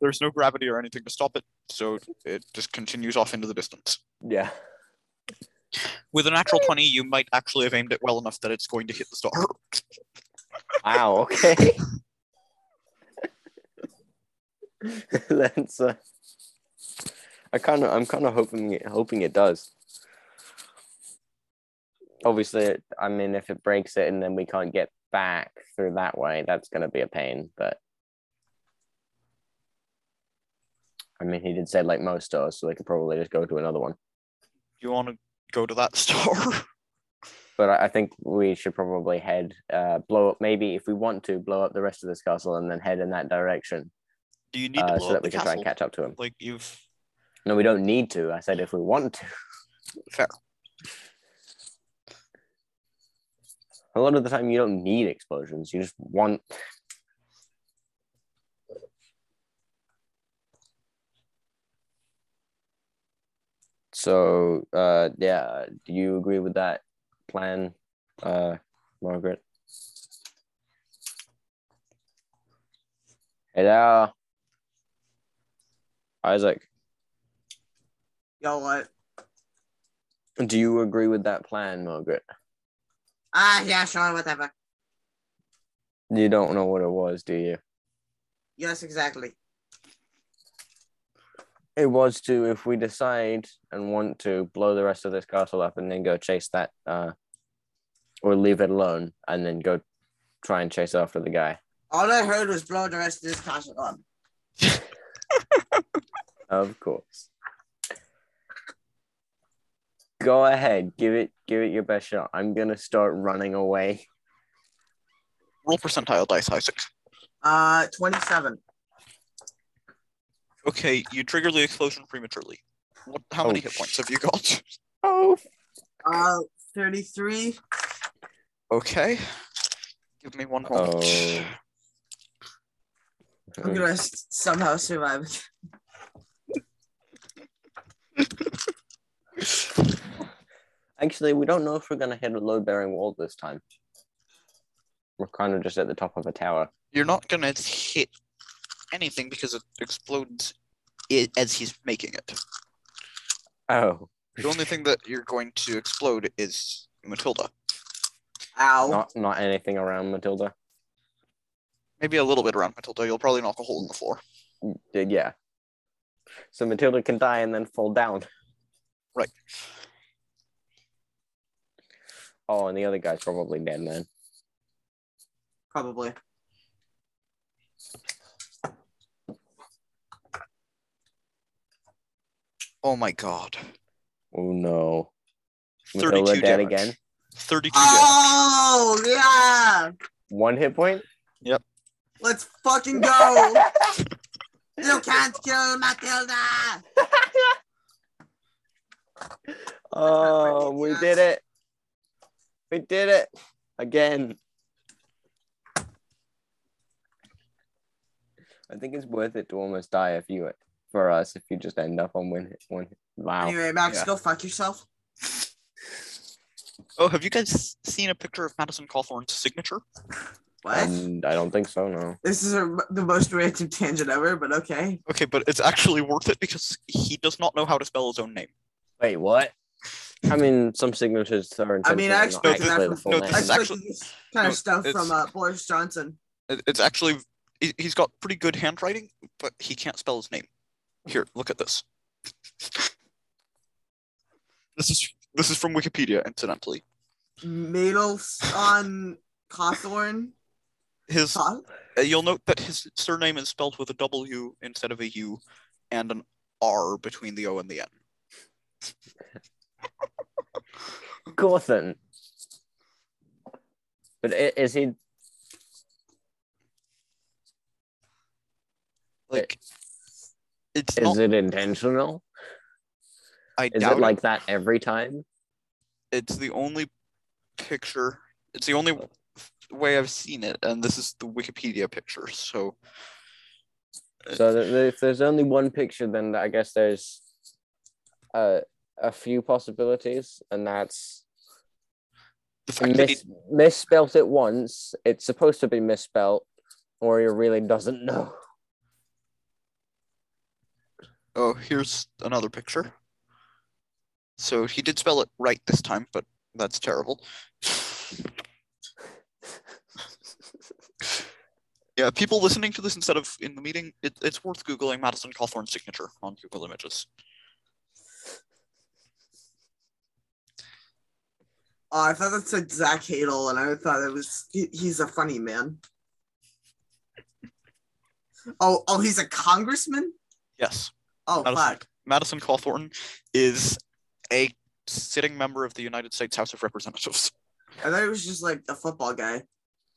S1: There's no gravity or anything to stop it, so it just continues off into the distance.
S2: Yeah.
S1: With a natural 20, you might actually have aimed it well enough that it's going to hit the star.
S2: Wow. Okay. [laughs] Let's. Uh, I kind of, I'm kind of hoping, it, hoping it does. Obviously, I mean, if it breaks it and then we can't get back through that way, that's gonna be a pain. But I mean, he did say like most stores, so they could probably just go to another one.
S1: You want to go to that [laughs] store?
S2: But I, I think we should probably head, uh, blow up. Maybe if we want to, blow up the rest of this castle and then head in that direction,
S1: Do you need
S2: uh,
S1: to blow
S2: so
S1: up the
S2: that we can
S1: castle?
S2: try and catch up to him.
S1: Like you've
S2: No, we don't need to. I said if we want to.
S1: fair.
S2: A lot of the time, you don't need explosions. You just want. So, uh, yeah, do you agree with that plan, uh, Margaret? Hello, Isaac.
S3: Yo, what?
S2: Do you agree with that plan, Margaret?
S3: Ah, yeah, Sean, whatever.
S2: You don't know what it was, do you?
S3: Yes, exactly.
S2: it was to if we decide and want to blow the rest of this castle up and then go chase that uh or leave it alone and then go try and chase after the guy
S3: All I heard was blow the rest of this castle up.
S2: of course go ahead give it give it your best shot i'm gonna start running away
S1: Roll percentile dice, Isaac.
S3: Uh, 27.
S1: Okay, you trigger the explosion prematurely. What, how
S2: Oh,
S1: many hit points have you got?
S2: oh
S3: Uh, 33.
S1: Okay. Give me one moment.
S2: Oh.
S3: I'm gonna s- somehow survive.
S2: actually we don't know if we're gonna hit a load bearing wall this time we're kind of just at the top of a tower
S1: You're not gonna hit anything because it explodes i as he's making it.
S2: oh
S1: The only thing that you're going to explode is Matilda. Oh.
S3: Ow.
S2: not not anything around matilda
S1: Maybe a little bit around Matilda. You'll probably knock a hole in the floor.
S2: Did yeah. So Matilda can die and then fall down.
S1: Right.
S2: Oh, and the other guy's probably dead then.
S3: Probably.
S1: Oh my god.
S2: Oh no.
S1: 32
S2: Matilda dead
S1: damage.
S2: again.
S1: 32
S3: Oh, yeah.
S2: One hit point.
S3: Let's fucking go.
S2: [laughs]
S3: you can't kill Matilda.
S2: Oh, we did it. We did it again. I think it's worth it to almost die if you for us if you just end up on one hit one. hit. Wow.
S3: Anyway, Max,
S1: Yeah.
S3: go fuck yourself.
S1: Oh, have you guys seen a picture of Madison Cawthorn's signature?
S3: What?
S2: And I don't think so. No.
S3: this is a, the most random tangent ever, but okay.
S1: Okay, but it's actually worth it because he does not know how to spell his own name.
S2: Wait, what? I mean, some signatures are
S3: I
S2: intentional,
S3: mean, I
S2: not
S3: expect that
S2: actually
S3: from-
S2: the full
S1: no,
S2: name.
S1: This
S3: I
S1: is
S3: took
S1: actually-
S3: this kind
S1: no,
S3: of stuff
S1: it's-
S3: from uh, Boris Johnson.
S1: It- It's actually he- he's got pretty good handwriting, but he can't spell his name. Here, look at this. This is this is from Wikipedia, incidentally.
S3: Madels on Cawthorn.
S1: His
S3: Caw-
S1: uh, you'll note that his surname is spelled with a W instead of a U, and an R between the O and the N.
S2: Cawthon. But i- is he?
S1: Like, it's
S2: Is
S1: not.
S2: it intentional?
S1: I
S2: Is
S1: doubt
S2: Oh. it like that every time?
S1: it's the only picture it's the only way i've seen it and this is the wikipedia picture so
S2: So th- th- if there's only one picture, then I guess there's uh, a few possibilities, and that's
S1: the fact that he,
S2: mis- misspelt it once. It's supposed to be misspelt, or he really doesn't know.
S1: oh here's another picture so he did spell it right this time but that's terrible
S2: [laughs]
S1: yeah people listening to this instead of in the meeting it, it's worth googling madison cawthorn's signature on google images
S3: Oh, I thought that said Zach Hadel, and I thought it was he, he's a funny man. Oh, oh, he's a congressman.
S1: Yes.
S3: Oh,
S1: Madison,
S3: fuck.
S1: Madison Cawthorn is a sitting member of the United States House of Representatives.
S3: I thought he was just like a football guy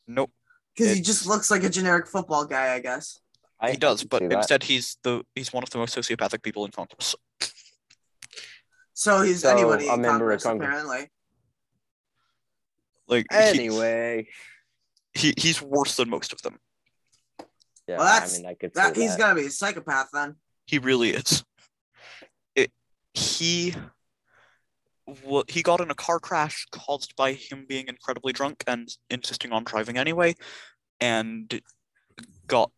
S1: Nope,
S3: because he
S1: It's-
S3: just looks like a generic football guy, I guess.
S2: I
S1: he does, but
S2: see that.
S1: instead he's the he's one of the most sociopathic people in Congress.
S3: So he's
S2: So,
S3: anybody
S2: a
S3: in
S2: member of
S3: Congress,
S2: Congress.
S3: apparently.
S1: Like he-
S2: [laughs] Anyway,
S1: he, he's worse than most of them.
S2: yeah,
S3: Well, that's-
S2: I mean, I could
S3: That
S2: see
S3: he's
S2: that.
S3: gonna be a psychopath then.
S1: He really is. It, he wa he got in a car crash caused by him being incredibly drunk and insisting on driving anyway, and got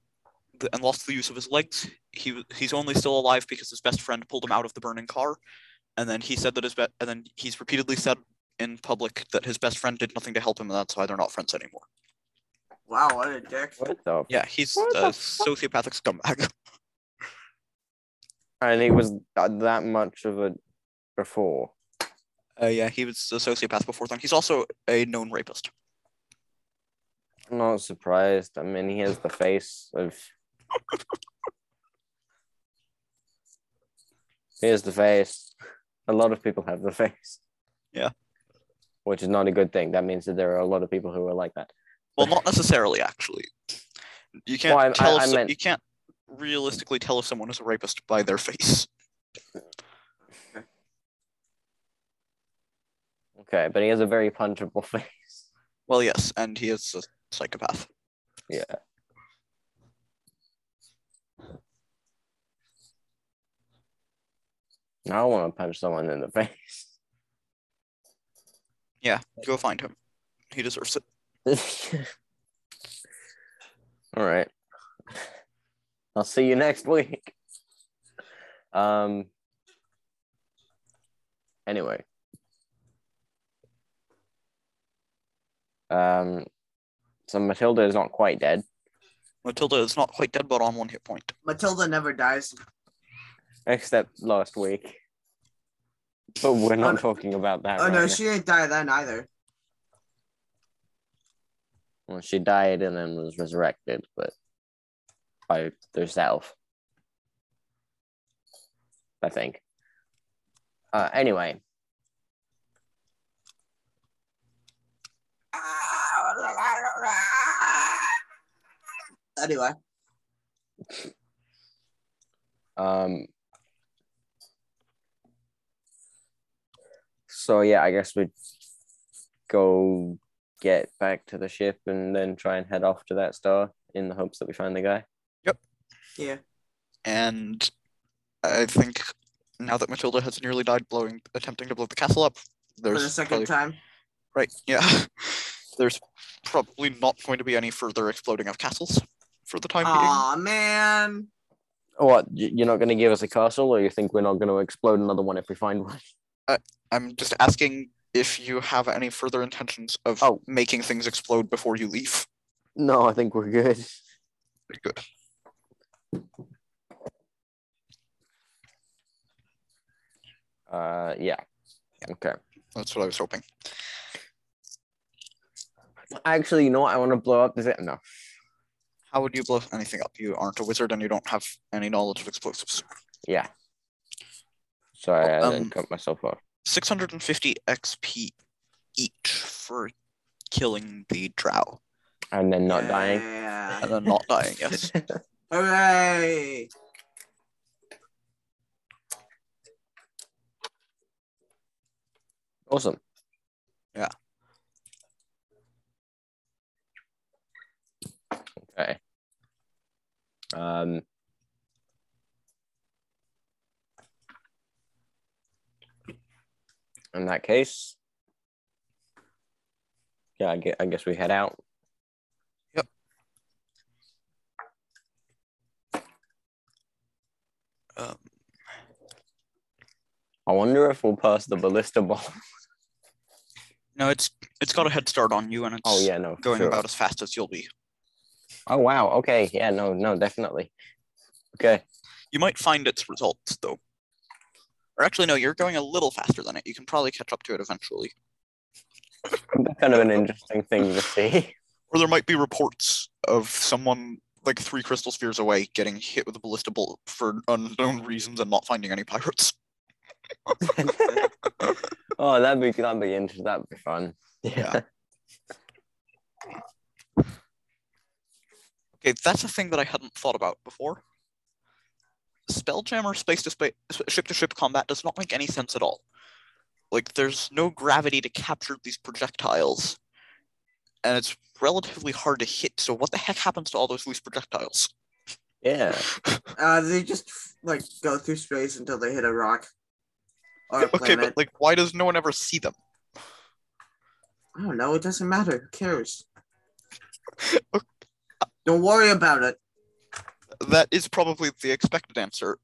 S1: the, and lost the use of his legs. He w- he's only still alive because his best friend pulled him out of the burning car, and then he said that his be- and then he's repeatedly said in public that his best friend did nothing to help him, and that's why they're not friends anymore.
S3: Wow, what a dick.
S2: What the?
S1: Yeah, he's
S2: What
S1: a
S2: the fuck?
S1: sociopathic scumbag. [laughs]
S2: And he was th- that much of a before.
S1: Uh, yeah, he was a sociopath before then. He's also a known rapist.
S2: I'm not surprised. I mean, he has the face of. [laughs] he has the face. A lot of people have the face.
S1: Yeah.
S2: Which is not a good thing. That means that there are a lot of people who are like that.
S1: Well, not necessarily, actually. You can't
S2: Well, I- I-
S1: tell.
S2: I
S1: if-
S2: meant-
S1: You can't realistically tell if someone is a rapist by their face.
S2: Okay, but he has a very punchable [laughs] face.
S1: Well, yes, and he is a psychopath.
S2: Yeah. I don't want to punch someone in the face.
S1: Yeah, go find him. He deserves it.
S2: [laughs] All right. I'll see you next week. Um. Anyway. Um. So Matilda is not quite dead.
S1: Matilda is not quite dead, but on one hit point.
S3: Matilda never dies.
S2: except last week. But we're not
S3: no.
S2: talking about that.
S3: Oh
S2: right
S3: no,
S2: now.
S3: she didn't die then either.
S2: Well, she died and then was resurrected, but by herself. I think. Uh, anyway,
S3: Anyway,
S2: um, so yeah, I guess we'd go get back to the ship and then try and head off to that star in the hopes that we find the guy.
S3: yeah.
S1: And I think now that Matilda has nearly died, blowing attempting to blow the castle up,
S3: For
S1: there's
S3: the
S1: probably-
S3: second time.
S1: right, yeah, [laughs] there's probably not going to be any further exploding of castles for the time being.
S3: Aw man.
S2: What? y- You're not going to give us a castle, or you think we're not going to explode another one if we find one?
S1: I'm just asking if you have any further intentions of
S2: Oh.
S1: making things explode before you leave.
S2: No, I think we're good.
S1: Good.
S2: Uh, yeah. Okay.
S1: That's what I was hoping.
S2: Actually, you know what? I want to blow up this. No.
S1: How would you blow anything up? You aren't a wizard and you don't have any knowledge of explosives.
S2: Yeah. Sorry, I
S1: Um,
S2: didn't cut myself off.
S1: 650 XP each for killing the drow
S2: And then not dying.
S3: Yeah.
S1: and then not dying, yes.
S3: Hooray.
S2: awesome.
S1: Yeah.
S2: Okay. Um. In that case, yeah, I guess, I guess we head out.
S1: Yep. [laughs] Um.
S2: I wonder if we'll pass the ballista bomb.
S1: No, it's it's got a head start on you and it's
S2: [laughs] Oh yeah, no, for
S1: going
S2: sure.
S1: about as fast as you'll be.
S2: Oh wow. Okay. Yeah. No. No. Definitely. Okay.
S1: You might find its results though. Or actually no, you're going a little faster than it. You can probably catch up to it eventually.
S2: kind of an interesting thing to see. [laughs]
S1: Or there might be reports of someone like three crystal spheres away getting hit with a ballista bolt for unknown reasons and not finding any pirates.
S2: oh, that'd be that'd be interesting. That'd be fun.
S1: Yeah. Okay, that's a thing that I hadn't thought about before. Spelljammer space to space, ship to ship combat does not make any sense at all. Like, there's no gravity to capture these projectiles, and it's relatively hard to hit. So, what the heck happens to all those loose projectiles?
S2: [laughs] Yeah.
S3: Uh, they just like go through space until they hit a rock or a
S1: [laughs] Okay,
S3: planet.
S1: but like, why does no one ever see them?
S3: I don't know. It doesn't matter. Who cares?
S1: [laughs]
S3: don't worry about it.
S1: That is probably the expected answer.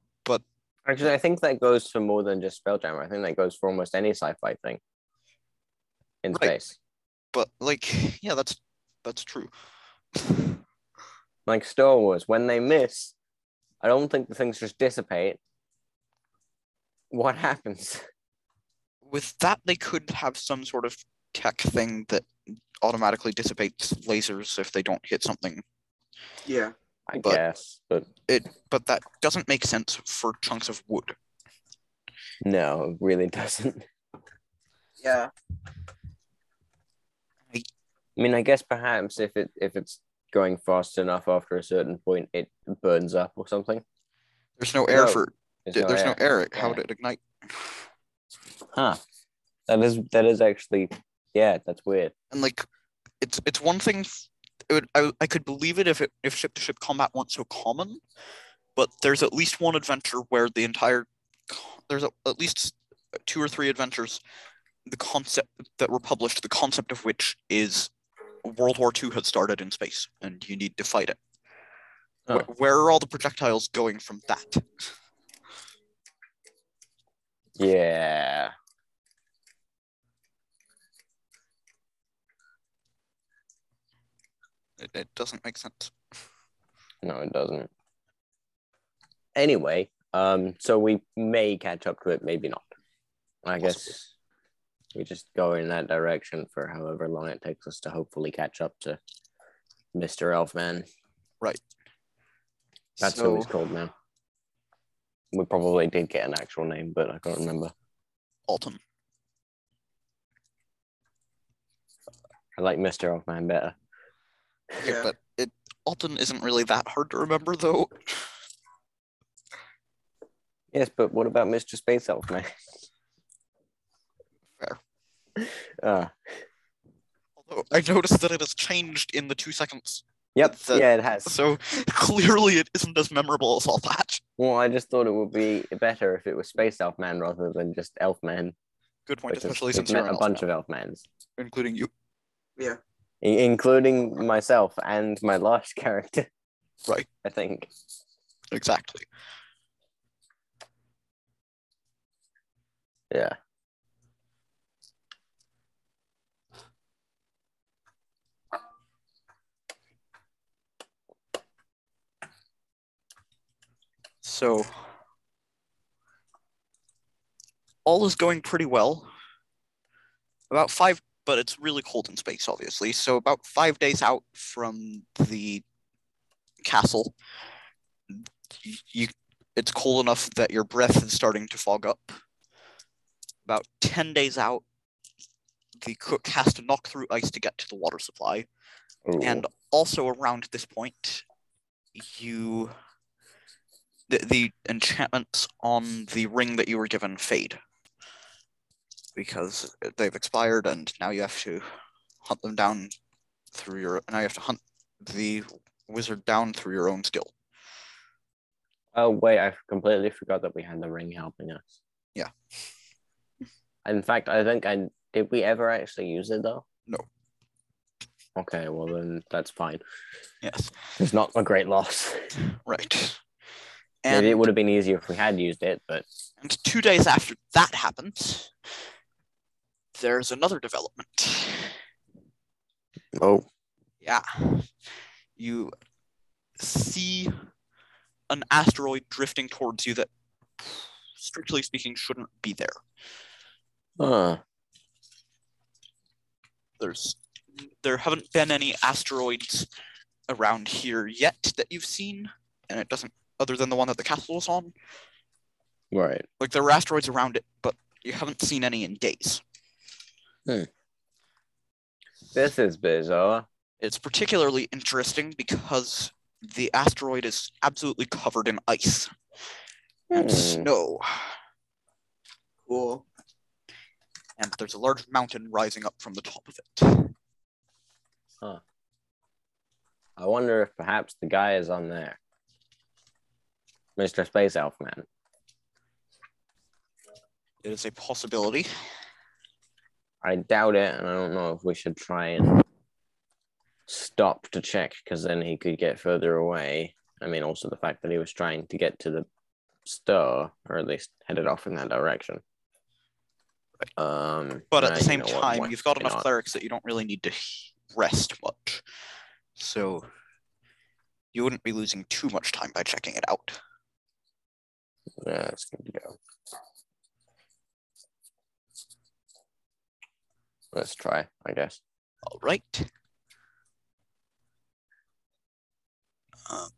S2: Actually, I think that goes for more than just Spelljammer. I think that goes for almost any sci-fi thing in
S1: Right.
S2: space.
S1: But like, [sighs] yeah, that's that's true. [sighs]
S2: Like Star Wars, when they miss, I don't think the things just dissipate. What happens?
S1: With that, they could have some sort of tech thing that automatically dissipates lasers if they don't hit something
S3: Yeah.
S2: I
S1: But-
S2: guess, but
S1: it but that doesn't make sense for chunks of wood
S2: no, it really [laughs] doesn't.
S3: Yeah.
S2: I mean, I guess perhaps if it if it's going fast enough after a certain point, it burns up or something.
S1: there's no air
S2: No,
S1: for
S2: There's
S1: there's no air how
S2: Yeah.
S1: would it ignite
S2: Huh. That is that is actually yeah, that's weird.
S1: and like it's it's one thing f- it would, I, I could believe it if it if ship to ship combat weren't so common but there's at least one adventure where the entire co- there's a, at least two or three adventures the concept that were published the concept of which is world war ii had started in space and you need to fight it Wh-
S2: Oh.
S1: where are all the projectiles going from that
S2: Yeah.
S1: it, it doesn't make sense
S2: No, it doesn't. Anyway, um, so we may catch up to it, maybe not. I guess we just go in that direction for however long it takes us to hopefully catch up to Mr. Elfman. That's
S1: so,
S2: who he's called now. We probably did get an actual name, but I can't remember.
S1: Alton.
S2: I like Mr. Elfman better.
S1: Yeah, but it Alton isn't really that hard to remember though.
S2: Yes, but what about Mr. Space Elfman?
S1: Fair.
S2: [laughs] Uh,
S1: Although I noticed that it has changed in the two seconds,
S2: yep.
S1: The-
S2: yeah, it has.
S1: so [laughs] clearly it isn't as memorable as all that.
S2: Well, I just thought it would be better if it was Space Elfman rather than just Elfman,
S1: Good point,
S2: which is
S1: especially
S2: we've
S1: since
S2: met
S1: you're
S2: a bunch of Elfmans,
S1: of including you.
S2: I- including myself and my last [laughs] character.
S1: Right.
S2: I think.
S1: Exactly.
S2: Yeah.
S1: So all is going pretty well. About five, but it's really cold in space, obviously. So about five days out from the castle, y- you it's cold enough that your breath is starting to fog up. About ten days out, the cook has to knock through ice to get to the water supply. And also around this point, you the, the enchantments on the ring that you were given fade because they've expired, and now you have to hunt them down through your. Now you have to hunt the wizard down through your own skill.
S2: oh wait, I completely forgot that we had the ring helping us.
S1: Yeah.
S2: In fact, I think I did. We ever actually use it though?
S1: No.
S2: Okay, well then that's fine.
S1: Yes,
S2: It's not a great loss. [laughs]
S1: right.
S2: Maybe
S1: And
S2: it would have been easier if we had used it, but
S1: And two days after that happens, there's another development.
S2: oh,
S1: Yeah. You see an asteroid drifting towards you that, strictly speaking, shouldn't be there.
S2: huh.
S1: There's there haven't been any asteroids around here yet that you've seen, and it doesn't other than the one that the capsule is on.
S2: Right.
S1: Like there were asteroids around it, but you haven't seen any in days.
S2: This is bizarre.
S1: It's particularly interesting because the asteroid is absolutely covered in ice and
S2: Hmm.
S1: snow,
S3: Cool.
S1: and there's a large mountain rising up from the top of it.
S2: I wonder if perhaps the guy is on there. Mr. Space Elf Man.
S1: It is a possibility.
S2: I doubt it, and I don't know if we should try and stop to check because then he could get further away. I mean, also the fact that he was trying to get to the star, or at least headed off in that direction. Um,
S1: But
S2: uh,
S1: at the
S2: you
S1: same
S2: know what,
S1: time,
S2: why
S1: you've got enough
S2: not?
S1: clerics that you don't really need to rest much. So you wouldn't be losing too much time by checking it out.
S2: Yeah, it's good to go. Let's try, I guess.
S1: All right. Um,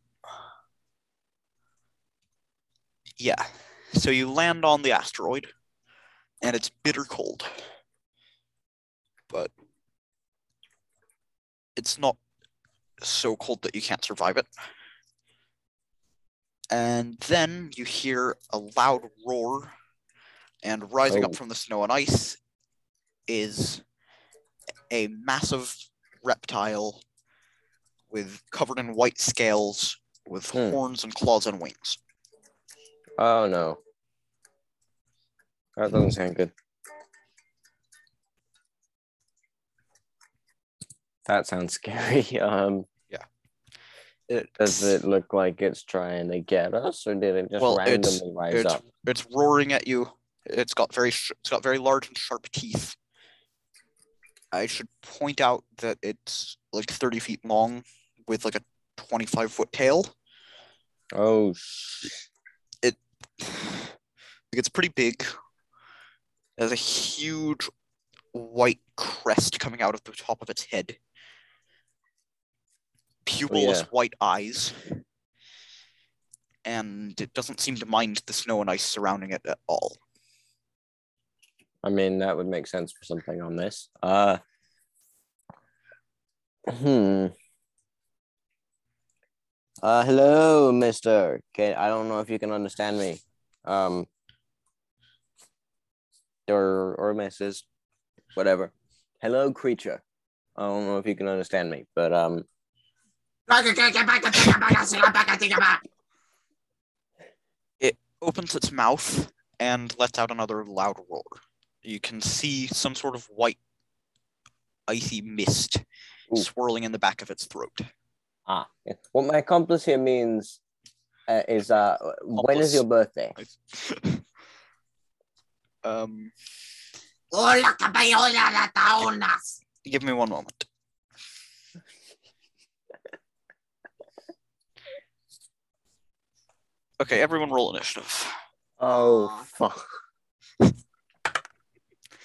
S1: yeah. So you land on the asteroid, and it's bitter cold. But it's not so cold that you can't survive it. And then you hear a loud roar, and rising
S2: Oh.
S1: up from the snow and ice is a massive reptile with covered in white scales with
S2: Hmm.
S1: horns and claws and wings.
S2: Oh no. That doesn't sound good. That sounds [laughs] scary. Um
S1: It,
S2: does it look like it's trying to get us or did it just
S1: Well, it's-
S2: randomly rise
S1: it's,
S2: up?
S1: it's roaring at you. It's got very sh- it's got very large and sharp teeth. I should point out that it's like 30 feet long with like a 25 foot tail. [sighs]
S2: Oh sh-
S1: like it's pretty big. It has a huge white crest coming out of the top of its head. Pupilless
S2: yeah.
S1: white eyes. And it doesn't seem to mind the snow and ice surrounding it at all.
S2: I mean that would make sense for something on this. Uh hmm. Uh hello, mister. Okay, I don't know if you can understand me. Um or or Mrs. Whatever. Hello, creature. I don't know if you can understand me, but um
S1: Opens its mouth and lets out another loud roar. You can see some sort of white, icy mist
S2: Ooh.
S1: swirling in the back of its throat.
S2: ah yeah. what my accomplice here means uh, is uh when
S1: Accomplice.
S2: is your birthday?
S1: Um,
S4: Hola, caballo, hola, la taonas.
S1: give me one
S2: [laughs]
S1: moment. Okay, everyone roll initiative.
S2: Oh
S3: Aw.
S2: fuck.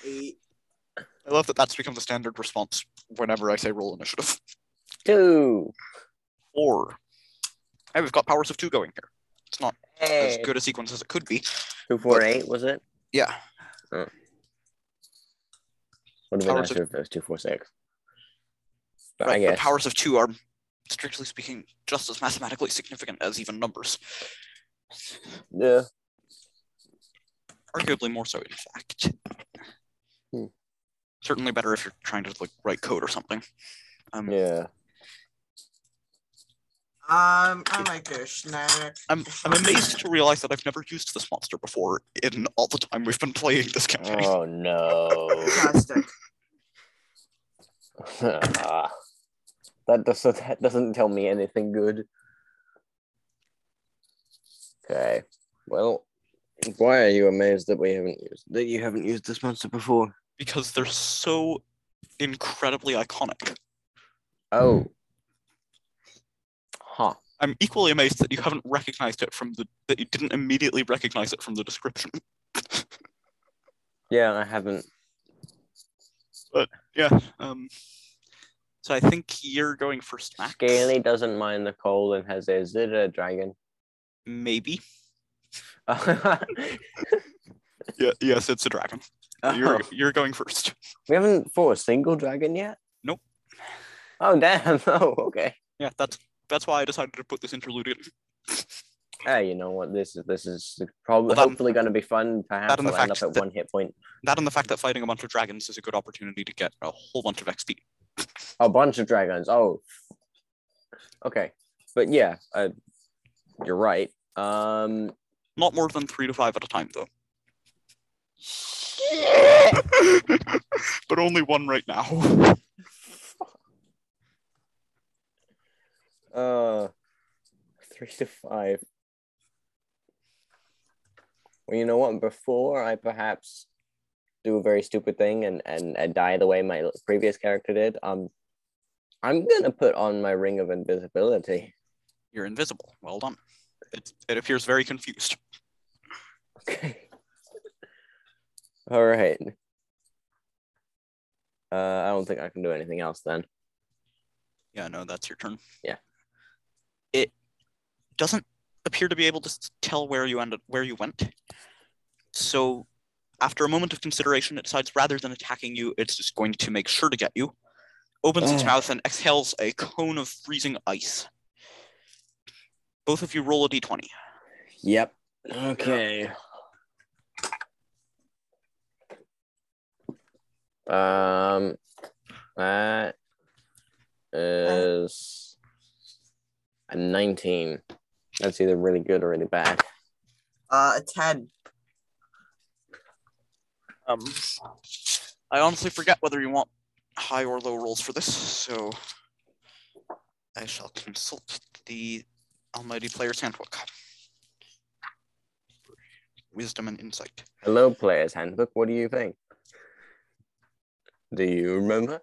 S3: Eight.
S1: I love that that's become the standard response whenever I say roll initiative.
S2: Two.
S1: Or, hey, we've got powers of two going here. It's not as
S2: Hey.
S1: good a sequence as it could be.
S2: Two four eight was it?
S1: Yeah,
S2: Would have been
S1: Powers
S2: nicer if it was two four six. But I
S1: right. But
S2: guess
S1: powers of two are, strictly speaking, just as mathematically significant as even numbers.
S2: yeah.
S1: arguably more so in fact
S2: Hmm.
S1: certainly better if you're trying to like write code or something um,
S2: Yeah.
S3: Um, I might go snack.
S1: I'm,
S2: [laughs]
S1: I'm amazed to realize that i've never used this monster before in all the time we've been playing this campaign
S2: Oh no. [laughs]
S3: Fantastic.
S2: Ah. that does that doesn't tell me anything good. Okay. Well, why are you amazed that we haven't used that you haven't used this monster before?
S1: because they're so incredibly iconic
S2: Oh. Huh.
S1: i'm equally amazed that you haven't recognized it from the that you didn't immediately recognize [laughs] it from the description
S2: Yeah, I haven't.
S1: But yeah, um, so I think you're going first, Max.
S2: Scaly doesn't mind the cold and has a Zeta dragon. [laughs]
S1: Maybe. Yeah, yes, it's a dragon. You're you're going first.
S2: We haven't fought a single dragon yet.
S1: Nope.
S2: Oh damn! [laughs] Oh okay.
S1: Yeah, that's that's why I decided to put this interlude in.
S2: Hey, you know what? This is this is probably
S1: Well, that-
S2: hopefully going to be fun. Perhaps
S1: and the
S2: I'll end
S1: fact
S2: up at
S1: that-
S2: one hit point.
S1: That and the fact that fighting a bunch of dragons is a good opportunity to get a whole bunch of XP.
S2: A bunch of dragons. Oh, okay. But yeah, uh, you're right. Um,
S1: Not more than three to five at a time, though. [laughs] but only one right now.
S2: uh, three to five. Well, you know what? Before I perhaps do a very stupid thing and and, and die the way my previous character did, um, I'm gonna put on my ring of invisibility. [laughs]
S1: You're invisible. Well done. It, it appears very confused.
S2: Okay. All right. Uh, I don't think I can do anything else then.
S1: Yeah, no, that's your turn.
S2: Yeah.
S1: It doesn't appear to be able to s- tell where you ended, where you went. So, after a moment of consideration, it decides rather than attacking you, it's just going to make sure to get you. Opens its
S2: Ugh.
S1: mouth and exhales a cone of freezing ice. Both of you roll a d20.
S2: Yep. Okay. Um, that is a 19. That's either really good or really bad.
S3: Uh, a ten.
S1: Um, I honestly forget whether you want high or low rolls for this, so I shall consult the Almighty Player's Handbook. Wisdom and insight.
S2: Hello, Player's Handbook. What do you think? Do you remember?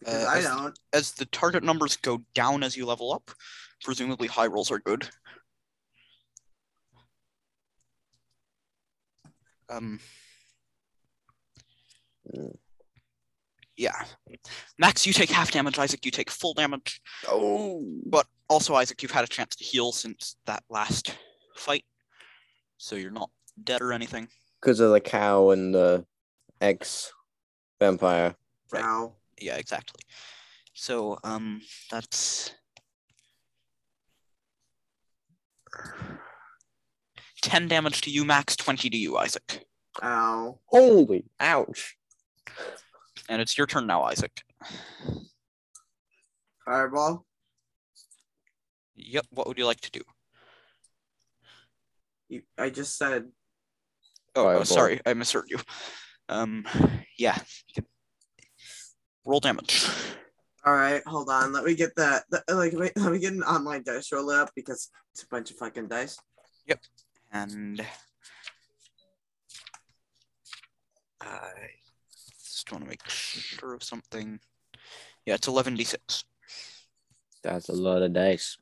S3: Because
S1: Uh,
S3: I
S1: as-
S3: don't.
S1: As the target numbers go down as you level up, presumably high rolls are good. Um.
S2: Mm.
S1: Yeah. Max, you take half damage. Isaac, you take full damage.
S2: Oh,
S1: But also, Isaac, you've had a chance to heal since that last fight, so you're not dead or anything.
S2: because of the cow and the ex vampire.
S1: right.
S3: Ow.
S1: Yeah, exactly. So, um, that's ten damage to you, max twenty to you, Isaac.
S3: Ow.
S2: Holy ouch!
S1: And it's your turn now, Isaac.
S3: Fireball.
S1: Yep. What would you like to do?
S3: You, I just said
S1: Oh, oh
S2: Fireball.
S1: sorry, I misheard you. Um, yeah. Roll damage.
S3: All right, hold on. Let me get the, the like. Wait, let me get an online dice roll up because it's a bunch of fucking dice.
S1: and I just want to make sure of something. Yeah, it's 11d6.
S2: That's a lot of dice.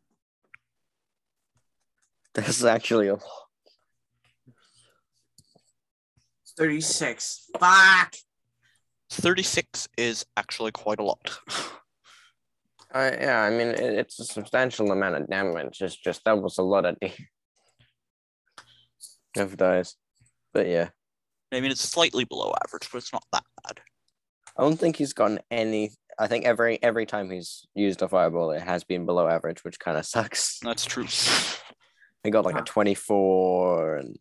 S2: That's actually a lot.
S3: Thirty-six. Fuck.
S1: 36 is actually quite a lot. [sighs]
S2: Uh, yeah, I mean, it, it's a substantial amount of damage. It's just that was a lot of, d- [laughs] of dice. But yeah,
S1: I mean, it's slightly below average, but it's not that bad.
S2: I don't think he's gotten any. I think every every time he's used a fireball, it has been below average, which kind of [laughs] sucks.
S1: That's true.
S2: He got like a
S3: Huh.
S2: 24 and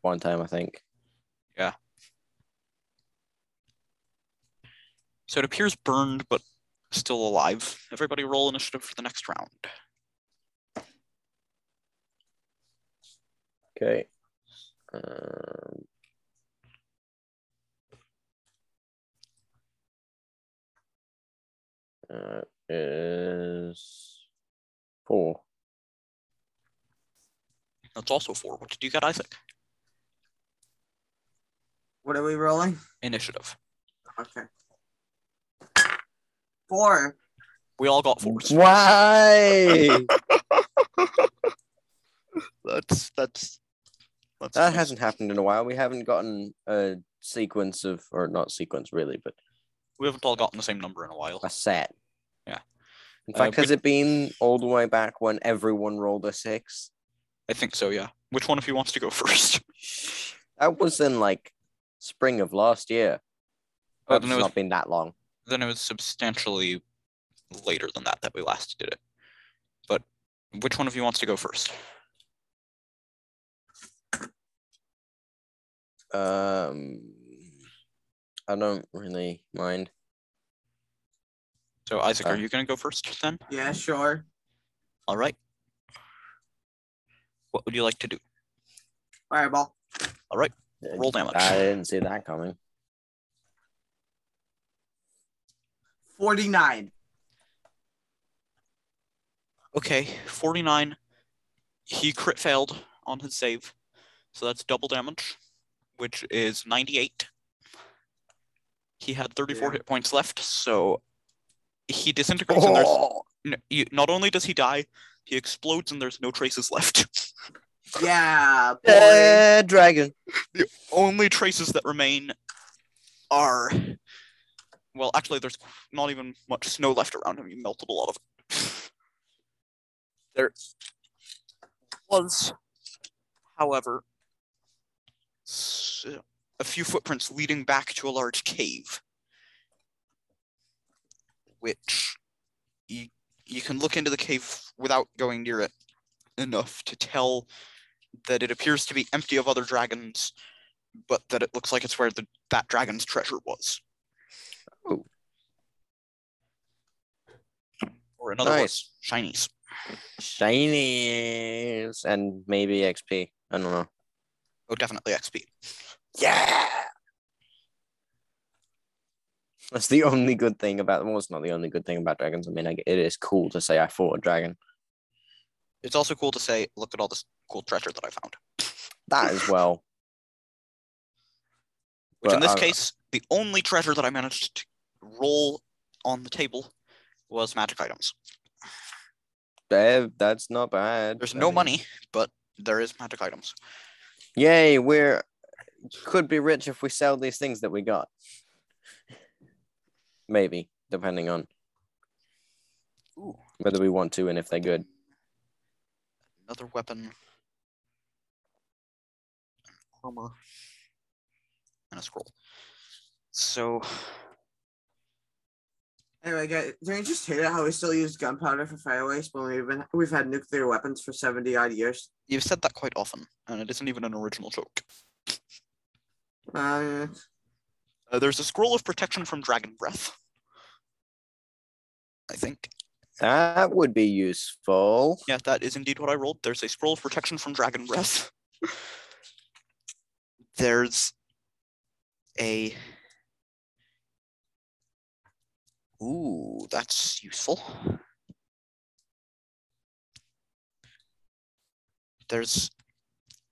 S2: one time, I think.
S1: So it appears burned, but still alive. Everybody roll initiative for the next round.
S2: Okay. Um, that is four.
S1: That's also four. What did you get, Isaac?
S3: What are we rolling?
S1: Initiative.
S3: Okay. Four.
S1: We all got fours.
S2: Why?
S1: That's that's Let's
S2: [laughs] That
S1: do-
S2: hasn't happened in a while. We haven't gotten a sequence of, or not sequence really, but
S1: We haven't all gotten the same number in a while.
S2: a set.
S1: Yeah.
S2: In
S1: Uh,
S2: fact, has
S1: which-
S2: it been all the way back when everyone rolled a six?
S1: I think so, yeah. Which one of you wants to go [laughs] first?
S2: That was in like spring of last year.
S1: Uh,
S2: But
S1: then,
S2: it's
S1: it was,
S2: not been that long.
S1: then it was substantially later than that that we last did it. But which one of you wants to go first?
S2: Um, I don't really mind.
S1: So, Isaac,
S2: Uh,
S1: are you going to go first then?
S3: Yeah, sure.
S1: All right. What would you like to do?
S3: Fireball.
S1: Roll damage.
S2: I didn't see that coming.
S3: 49.
S1: Okay, 49. He crit failed on his save. So that's double damage, which is 98. He had 34
S3: Yeah.
S1: hit points left, so he disintegrates and
S3: Oh.
S1: there's n- you- not only does he die, he explodes and there's no traces left. [laughs]
S3: Yeah, boy.
S2: Uh, dragon.
S1: only traces that remain are well, actually there's not even much snow left around him. He melted a lot of it. there was, however, s- a few footprints leading back to a large cave, which you, you can look into the cave without going near it enough to tell that it appears to be empty of other dragons, but that it looks like it's where the, that dragon's treasure was.
S2: Oh.
S1: Or in other
S2: Nice.
S1: words, shinies.
S2: Shinies. And maybe XP. I don't know. [laughs]
S1: Oh, definitely XP.
S2: Yeah. That's the only good thing about well, it's not the only good thing about dragons. I mean, I, it is cool to say I fought a dragon.
S1: It's also cool to say, look at all this cool treasure that I found. Ah.
S2: That as well.
S1: [laughs] Which in
S2: But
S1: this
S2: I-
S1: case, the only treasure that I managed to roll on the table was magic items.
S2: eh, that's not bad.
S1: There's
S2: I
S1: no
S2: mean-
S1: money, but there is magic items.
S2: Yay, we're could be rich if we sell these things that we got. Maybe, depending on
S1: Ooh,
S2: whether we want to and if they're good.
S1: another weapon. Armor. And a scroll. So,
S3: [laughs] Anyway, guys, did you just hear how we still use gunpowder for fireworks when we've been we've had nuclear weapons for seventy odd years?
S1: you've said that quite often, and it isn't even an original joke.
S3: Uh,
S1: Uh, there's a scroll of protection from dragon breath. I think.
S2: That would be useful.
S1: Yeah, that is indeed what I rolled. There's a scroll of protection from dragon breath. [laughs] there's a. Ooh, that's useful. There's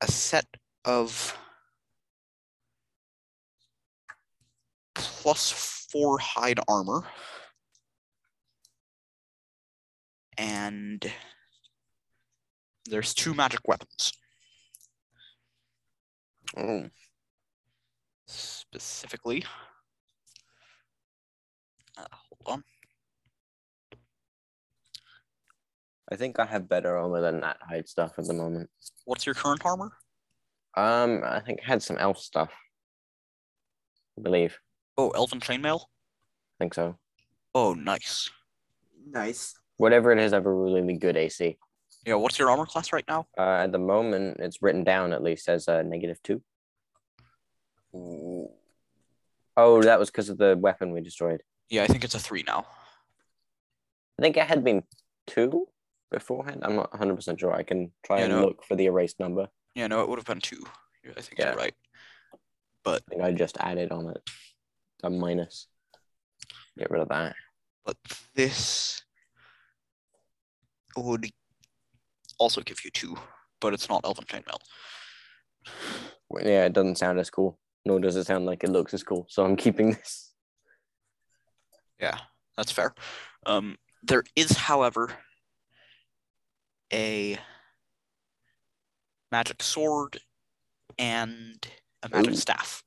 S1: a set of plus four hide armor. And there's two magic weapons.
S2: Oh,
S1: Specifically. Uh, hold on.
S2: I think I have better armor than that hide stuff at the moment.
S1: What's your current armor?
S2: Um, I think I had some elf stuff. I believe.
S1: Oh, elven chainmail?
S2: I think so.
S1: Oh, nice.
S3: nice.
S2: Whatever it is, I have a really good AC.
S1: Yeah, what's your armor class right now?
S2: Uh, at the moment, it's written down at least as a negative two. Oh, that was because of the weapon we destroyed.
S1: Yeah, I think it's a three now.
S2: I think it had been two beforehand. I'm not 100% sure. I can try
S1: Yeah,
S2: and
S1: no.
S2: look for the erased number.
S1: Yeah, no, it would have been two. Yeah, I think
S2: Yeah.
S1: you're right.
S2: I think I just added on it a minus. Get rid of that.
S1: But this would also give you two, but it's not elven chainmail.
S2: Well, Yeah, it doesn't sound as cool, nor does it sound like it looks as cool. So I'm [laughs] keeping this.
S1: Yeah, that's fair. Um, there is, however, a magic sword and I'm out
S2: Ooh.
S1: of staff.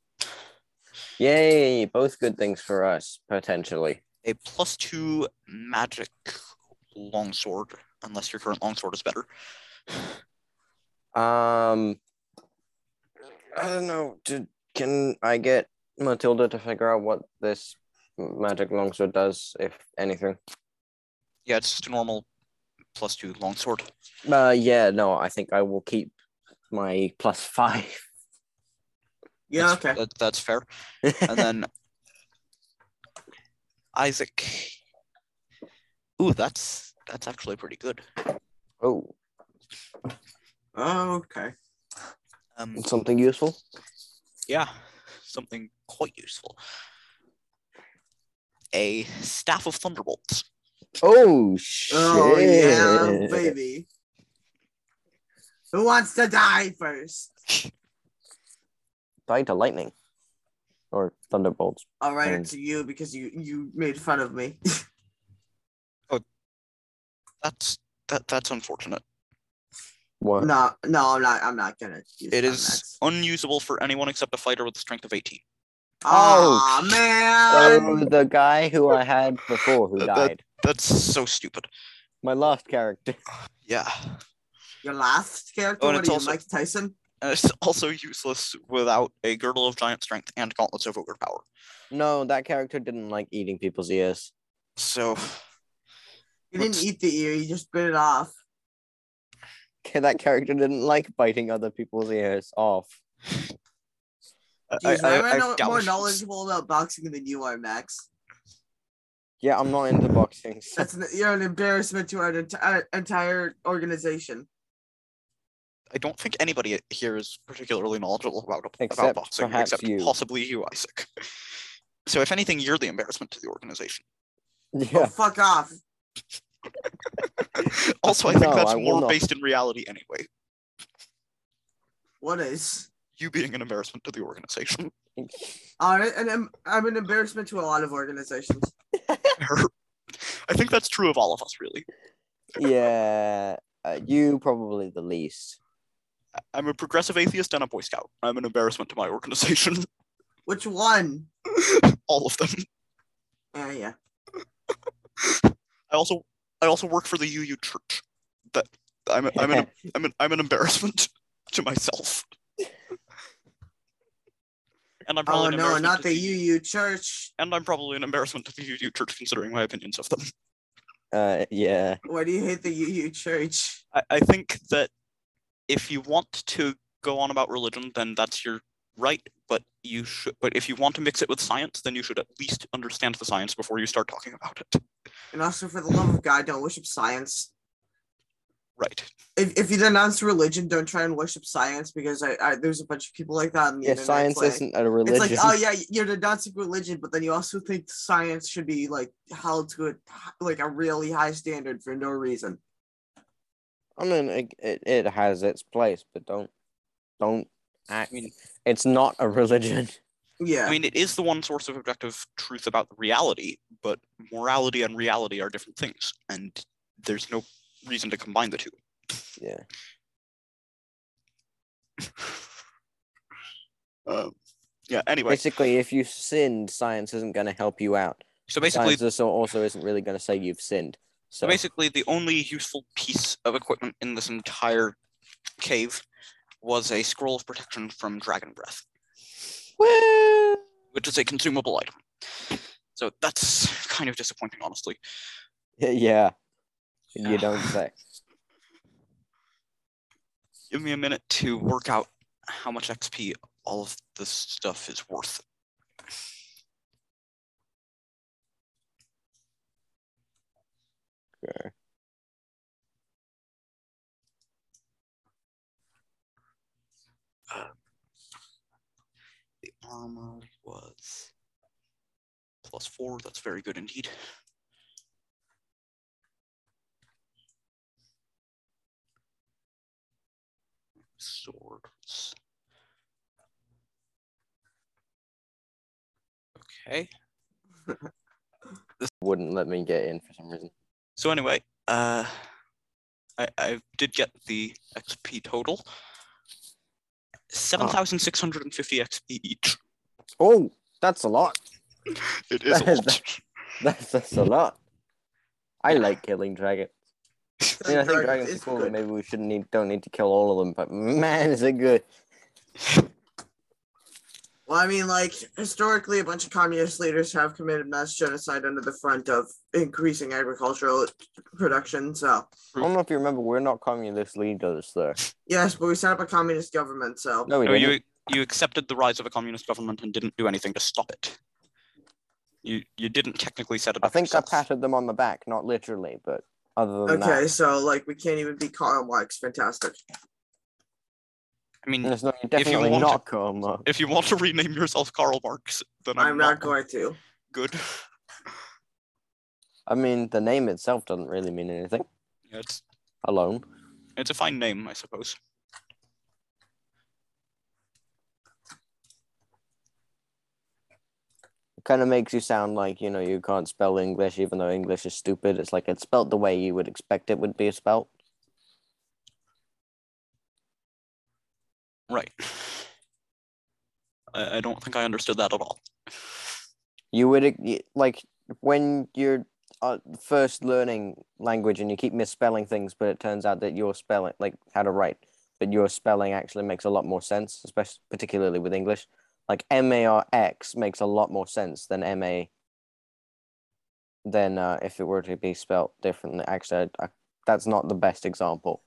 S2: Yay! Both good things for us potentially.
S1: A plus two magic longsword, unless your current longsword is better.
S2: Um, I don't know. Did, can I get Matilda to figure out what this magic longsword does, if anything?
S1: Yeah, it's just a normal plus two longsword.
S2: Uh, yeah, no, I think I will keep my plus five. [laughs]
S3: Yeah,
S1: That's-
S3: okay.
S1: that- that's
S3: [laughs]
S1: fair. And then Isaac. Ooh, that's that's actually pretty good.
S2: oh,
S3: Oh, okay.
S1: Um,
S2: something useful.
S1: yeah, something quite useful. A staff of thunderbolts.
S2: Oh shit!
S3: Oh yeah, baby. Who wants to die first?
S2: Die to lightning, or thunderbolts.
S3: All right, it's
S2: Mm.
S3: you because you you made fun of me.
S1: That's that that's unfortunate.
S2: What?
S3: no, no, I'm not. I'm not gonna. Use
S1: It
S2: Ah,
S3: my
S1: is
S3: max.
S1: unusable for anyone except a fighter with a strength of 18.
S3: Oh, man.
S1: Um,
S2: Oh, the guy who I had before who
S1: That- that-
S2: died.
S1: That's so stupid.
S2: My last character. [laughs]
S1: Yeah.
S3: Your last character.
S1: Oh, and
S3: what
S1: it's
S3: are you,
S1: also-
S3: Mike Tyson?
S1: And it's [laughs] also useless without a girdle of giant strength and gauntlets of ogre power.
S2: No, that character didn't like eating people's ears. [laughs]
S1: So
S3: You didn't
S1: What's-
S3: eat the ear. You just bit it off.
S2: Okay, that character didn't like biting other people's ears off.
S1: I-
S3: Jeez,
S1: I,
S3: I,
S1: I,
S3: am no,
S1: doubt
S3: more
S1: she's-
S3: knowledgeable about boxing than you are, Max.
S2: Yeah, I'm not into boxing. [laughs] so-
S3: That's an, you're an embarrassment to our entire entire organization.
S1: I don't think anybody here is particularly knowledgeable about,
S2: Except
S1: about boxing,
S2: perhaps
S1: except
S2: you.
S1: possibly you, Isaac. [laughs] So, if anything, you're the embarrassment to the organization.
S3: Oh,
S2: yeah.
S3: fuck off.
S1: [laughs] also, I think
S2: No,
S1: that's
S2: I will
S1: more
S2: not.
S1: based in reality anyway.
S3: What is?
S1: You being an embarrassment to the organization. [laughs]
S3: All right, Uh, and I'm, I'm an embarrassment to a lot of organizations.
S1: I think that's true of all of us, really.
S2: yeah. Uh, you probably the least.
S1: I- I'm a progressive atheist and a Boy Scout. I'm an embarrassment to my organization. [laughs]
S3: Which one?
S1: all of them.
S3: Yeah, yeah.
S1: I also I also work for the UU Church. That I'm a, I'm an I'm an, I'm an embarrassment [laughs] to myself. and I'm probably
S3: Oh
S1: an
S3: no,
S1: embarrassment
S3: not
S1: to
S3: the UU church.
S1: And I'm probably an embarrassment to the UU Church considering my opinions of them.
S2: uh, yeah.
S3: Why do you hate the UU church?
S1: I, I think that if you want to go on about religion, then that's your right. But you should. But if you want to mix it with science, then you should at least understand the science before you start talking about it.
S3: And also, for the love of God, don't worship science.
S1: Right.
S3: If, if you denounce religion, don't try and worship science because I, I there's a bunch of people like that. On the
S2: Yeah,
S3: internet,
S2: science
S3: like-
S2: isn't a religion.
S3: It's like, oh yeah, you're denouncing religion, but then you also think science should be like held to a like a really high standard for no reason.
S2: I mean, it, it, it has its place, but don't, don't. I mean, it's not a religion. [laughs]
S3: Yeah,
S1: I mean, it is the one source of objective truth about reality, but morality and reality are different things, and there's no reason to combine the two.
S2: Yeah.
S1: Um, yeah. Anyway,
S2: Basically, if you sinned, science isn't going to help you out.
S1: so basically,
S2: science also, also isn't really going to say you've sinned. So
S1: So basically, the only useful piece of equipment in this entire cave was a scroll of protection from dragon breath,
S2: Woo!
S1: which is a consumable item. So that's kind of disappointing, honestly.
S2: [laughs]
S1: [laughs]
S2: yeah, you
S1: Yeah.
S2: don't say.
S1: Give me a minute to work out how much XP all of this stuff is worth.
S2: Okay.
S1: The armor was plus four. That's very good indeed. Swords. Okay.
S2: Wouldn't let me get in for some reason.
S1: So anyway, uh,
S2: Ah.
S1: I, I did get the XP total. 7,650 XP each.
S2: Oh, that's a lot.
S1: [laughs] It
S2: [laughs]
S1: is a
S2: That-
S1: lot.
S2: [laughs] That's, that's a lot. I like killing dragons. I mean, I think dragons are
S3: It's
S2: cool.
S3: good.
S2: and Maybe we shouldn't need don't need to kill all of them, but man, is it good.
S3: Well, I mean, like historically, a bunch of communist leaders have committed mass genocide under the front of increasing agricultural production. So
S2: I don't know if you remember, we're not communist leaders, though.
S3: yes, but we set up a communist government. So
S2: No, we
S1: No,
S2: didn't.
S1: Oh, you you accepted the rise of a communist government and didn't do anything to stop it. You you didn't technically set it
S2: I
S1: up.
S2: think I
S1: yourself.
S2: patted them on the back, not literally, but other than
S3: okay,
S2: that,
S3: so like we can't even be Karl Marx. Fantastic.
S1: I mean,
S2: it's not, you're
S1: If you
S2: definitely
S1: want to-
S2: not karma.
S1: if you want to [laughs] rename yourself Karl Marx, then I'm,
S3: I'm not going to.
S1: good.
S2: I mean, the name itself doesn't really mean anything
S1: Yeah, it's
S2: alone.
S1: it's a fine name, I suppose.
S2: It kind of makes you sound like you know you can't spell English, even though English is stupid. It's like it's spelt the way you would expect it would be spelt.
S1: Right. I, I don't think I understood that at all.
S2: You would e- like when you're uh, first learning language and you keep misspelling things, but it turns out that your spelling, like how to write, but your spelling actually makes a lot more sense, especially particularly with English. Like M A R X makes a lot more sense than M A than uh, if it were to be spelt differently. Actually, I, I, that's not the best example,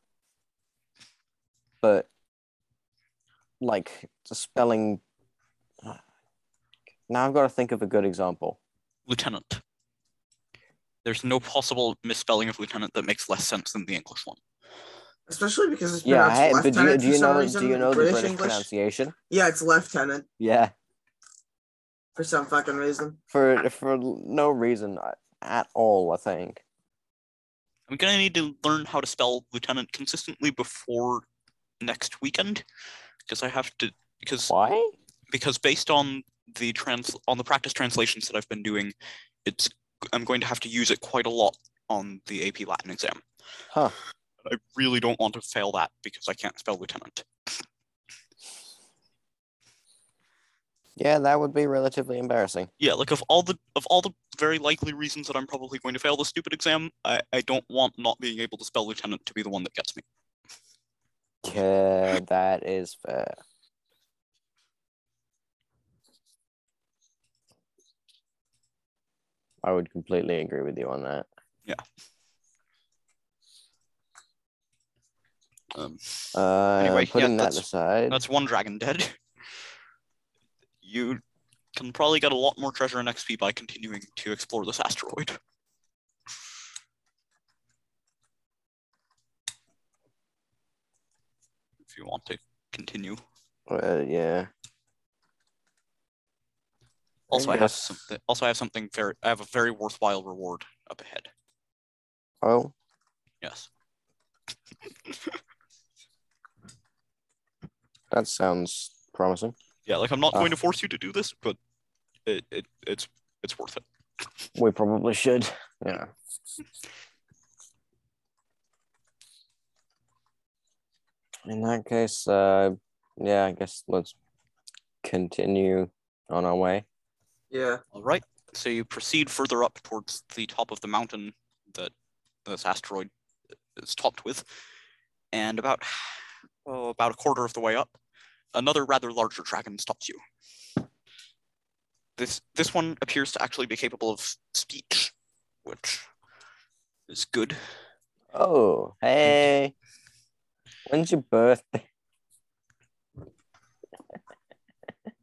S2: but like the spelling. Now I've got to think of a good example.
S1: Lieutenant. There's no possible misspelling of lieutenant that makes less sense than the English one.
S3: Especially because it's
S2: Yeah,
S3: pronounced
S2: hey, but do you,
S3: lieutenant
S2: do you
S3: for some
S2: know
S3: reason.
S2: do you know
S3: British
S2: the British
S3: English.
S2: pronunciation?
S3: Yeah, it's lieutenant
S2: Yeah,
S3: for some fucking reason.
S2: for for no reason uh, at all. I think
S1: I'm gonna need to learn how to spell lieutenant consistently before next weekend, because I have to because
S2: why?
S1: because based on the trans on the practice translations that I've been doing, it's I'm going to have to use it quite a lot on the AP Latin exam.
S2: Huh.
S1: I really don't want to fail that because I can't spell lieutenant.
S2: Yeah, that would be relatively embarrassing.
S1: Yeah, like of all the of all the very likely reasons that I'm probably going to fail the stupid exam, I, I don't want not being able to spell lieutenant to be the one that gets me.
S2: Yeah, that is fair. I would completely agree with you on that.
S1: Um,
S2: Uh,
S1: Anyway,
S2: putting
S1: yeah,
S2: that
S1: that's-
S2: aside,
S1: that's one dragon dead. [laughs] You can probably get a lot more treasure and XP by continuing to explore this asteroid. If you want to continue.
S2: uh, yeah,
S1: Also, I have
S2: Yes.
S1: something. Also, I have something very. I have a very worthwhile reward up ahead.
S2: oh,
S1: Yes.
S2: that sounds promising.
S1: Yeah. Like I'm not
S2: Ah.
S1: going to force you to do this, but it, it it's it's worth it.
S2: We probably should. Yeah. In that case, uh, yeah, I guess let's continue on our way.
S3: Yeah.
S1: All right. So you proceed further up towards the top of the mountain that this asteroid is topped with, and about oh, about a quarter of the way up, another rather larger dragon stops you. This this one appears to actually be capable of speech, which is good.
S2: Oh, hey, when's your birthday?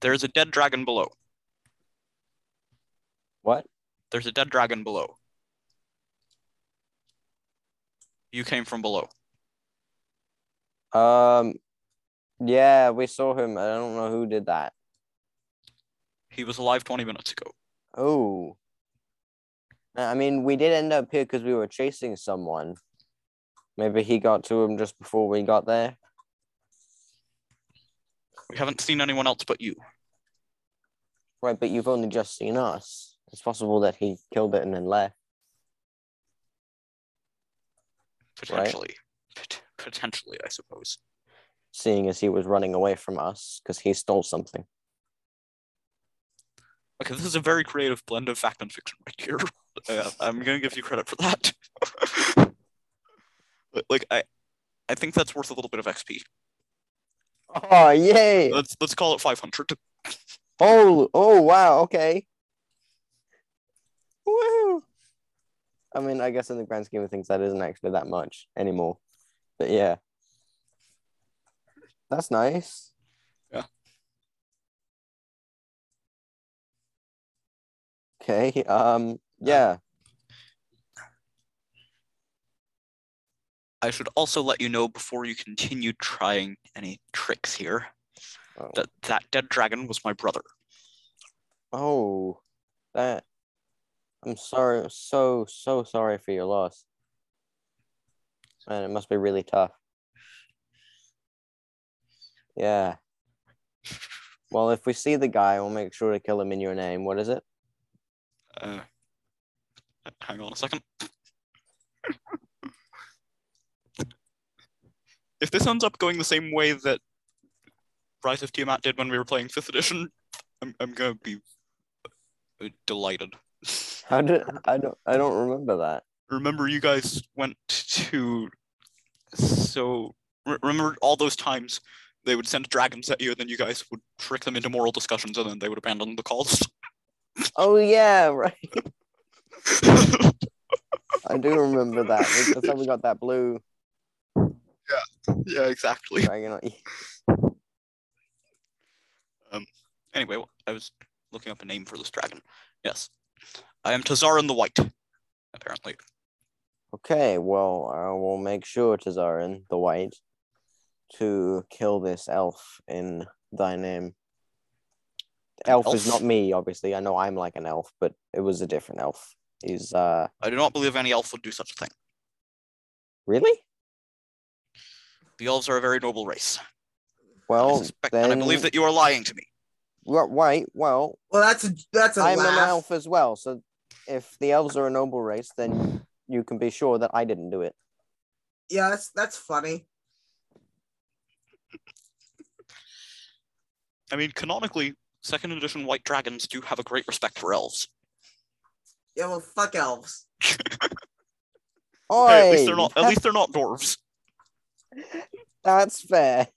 S1: There's a dead dragon below.
S2: What?
S1: There's a dead dragon below. You came from below.
S2: Um, yeah, we saw him. I don't know who did that.
S1: He was alive 20 minutes ago.
S2: Oh, I mean, we did end up here because we were chasing someone. Maybe he got to him just before we got there.
S1: We haven't seen anyone else but you.
S2: Right, but you've only just seen us. It's possible that he killed it and then left.
S1: potentially Pot- potentially i suppose
S2: seeing as he was running away from us because he stole something.
S1: Okay, this is a very creative blend of fact and fiction right here. [laughs] Uh, I'm gonna give you credit for that. [laughs] But, like I, I think that's worth a little bit of XP.
S2: Oh yay! [laughs]
S1: Let's let's call it 500.
S2: Oh oh wow, okay. Woo! I mean, I guess in the grand scheme of things that isn't actually that much anymore. But yeah. That's nice.
S1: Yeah.
S2: Okay, um yeah.
S1: I should also let you know before you continue trying any tricks here
S2: Oh.
S1: that that dead dragon was my brother.
S2: Oh, that. I'm sorry, so, so sorry for your loss. Man, it must be really tough. Yeah. Well, if we see the guy, we'll make sure to kill him in your name. What is it?
S1: Uh, hang on a second. if this ends up going the same way that Rise of Tiamat did when we were playing 5th edition, I'm, I'm going to be uh, delighted.
S2: How did I don't I don't remember that.
S1: remember you guys went to so re- remember all those times they would send dragons at you and then you guys would trick them into moral discussions and then they would abandon the calls [laughs]
S2: Oh yeah, right. I do remember that. That's how we got that blue
S1: yeah exactly
S2: dragon. on-
S1: anyway i was looking up a name for this dragon yes i am tazarin the white apparently
S2: Okay, well, I will make sure, Tazarin the White, to kill this elf in thy name. Elf, is
S1: elf?
S2: not me, obviously. I know I'm like an elf, but it was a different elf. He's uh
S1: i do not believe any elf would do such a thing
S2: really?
S1: the elves are a very noble race I,
S2: Well,
S1: suspect,
S2: then
S1: and I believe that you are lying to me
S2: Wa- wait, well,
S3: Well, that's a that's a
S2: I'm an
S3: laugh.
S2: elf as well. So if the elves are a noble race, then you can be sure that I didn't do it.
S3: Yeah, that's that's funny.
S1: i mean canonically second edition white dragons do have a great respect for elves
S3: Yeah, well, fuck elves.
S2: Oh,
S1: Hey, at least they're not at least they're not dwarves
S2: that's fair.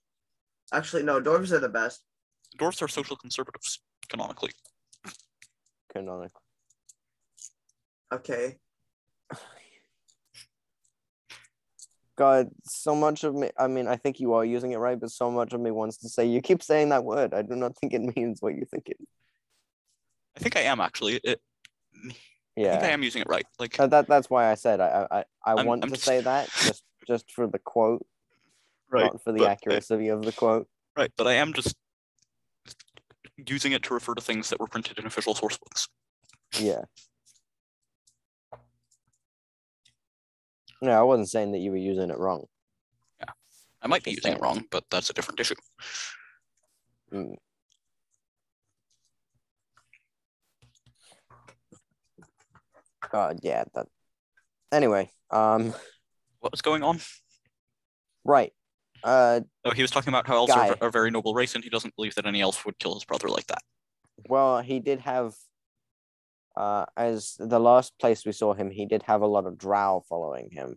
S3: Actually, no, dwarves are the best.
S1: dwarves are social conservatives canonically
S2: Canonic.
S3: Okay.
S2: God, so much of me. I mean, I think you are using it right, but so much of me wants to say, you keep saying that word. I do not think it means what you think it.
S1: i think i am actually it, i think i
S2: Yeah,
S1: am using it right like
S2: Uh, that that's why I said I I, I I
S1: I'm-
S2: want
S1: I'm
S2: to
S1: just-
S2: say that just just for the quote,
S1: right
S2: not for the
S1: but, uh,
S2: accuracy of the quote.
S1: right but i am just using it to refer to things that were printed in official source books
S2: Yeah. No, I wasn't saying that you were using it wrong.
S1: i might be using it wrong but that's a different issue
S2: Mm. God, yeah. That. Anyway, um,
S1: what was going on
S2: right. Uh,
S1: oh he was talking about how elves are,
S2: Guy.
S1: a very noble race and he doesn't believe that any elf would kill his brother like that
S2: Well, he did have, uh, as the last place we saw him, he did have a lot of drow following him.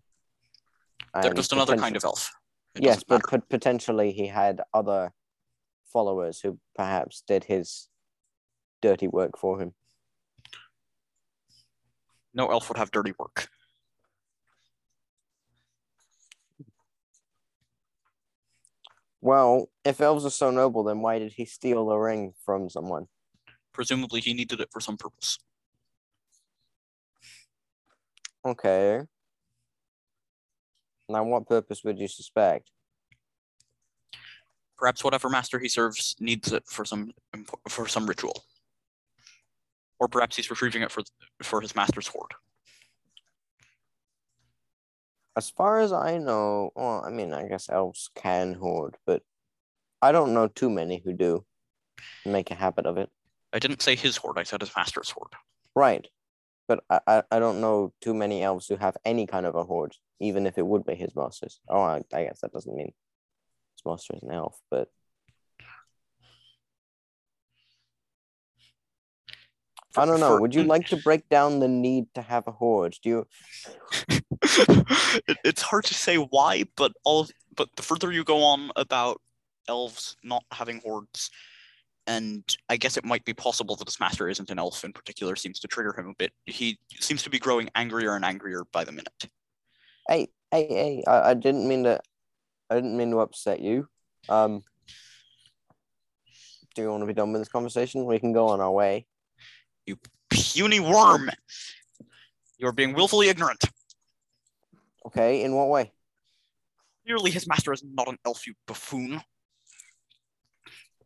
S1: they're
S2: And
S1: just another
S2: poten-
S1: kind of elf It
S2: Yes,
S1: doesn't
S2: but
S1: matter.
S2: pot- potentially he had other followers who perhaps did his dirty work for him.
S1: no elf would have dirty work
S2: Well, if elves are so noble, then why did he steal the ring from someone?
S1: presumably he needed it for some purpose
S2: Okay. Now, what purpose would you suspect?
S1: perhaps whatever master he serves needs it for some impo- for some ritual or perhaps he's retrieving it for for his master's hoard
S2: As far as I know, well, I mean, I guess elves can hoard, but I don't know too many who do make a habit of it.
S1: i didn't say his hoard i said his master's hoard
S2: Right. But I, I, I don't know too many elves who have any kind of a hoard, even if it would be his master's. Oh, I, I guess that doesn't mean His monster is an elf, but I don't know.
S1: For-
S2: Would you like
S1: [clears throat]
S2: to break down the need to have a horde? Do you?
S1: it, it's hard to say why, but all but the further you go on about elves not having hordes, and I guess it might be possible that this master isn't an elf in particular seems to trigger him a bit. He seems to be growing angrier and angrier by the minute.
S2: Hey, hey, hey! I, I didn't mean to. I didn't mean to upset you. Um, do you want to be done with this conversation? We can go on our way.
S1: Puny worm! You're being willfully ignorant.
S2: Okay. In what way?
S1: Clearly, his master is not an elf, you buffoon.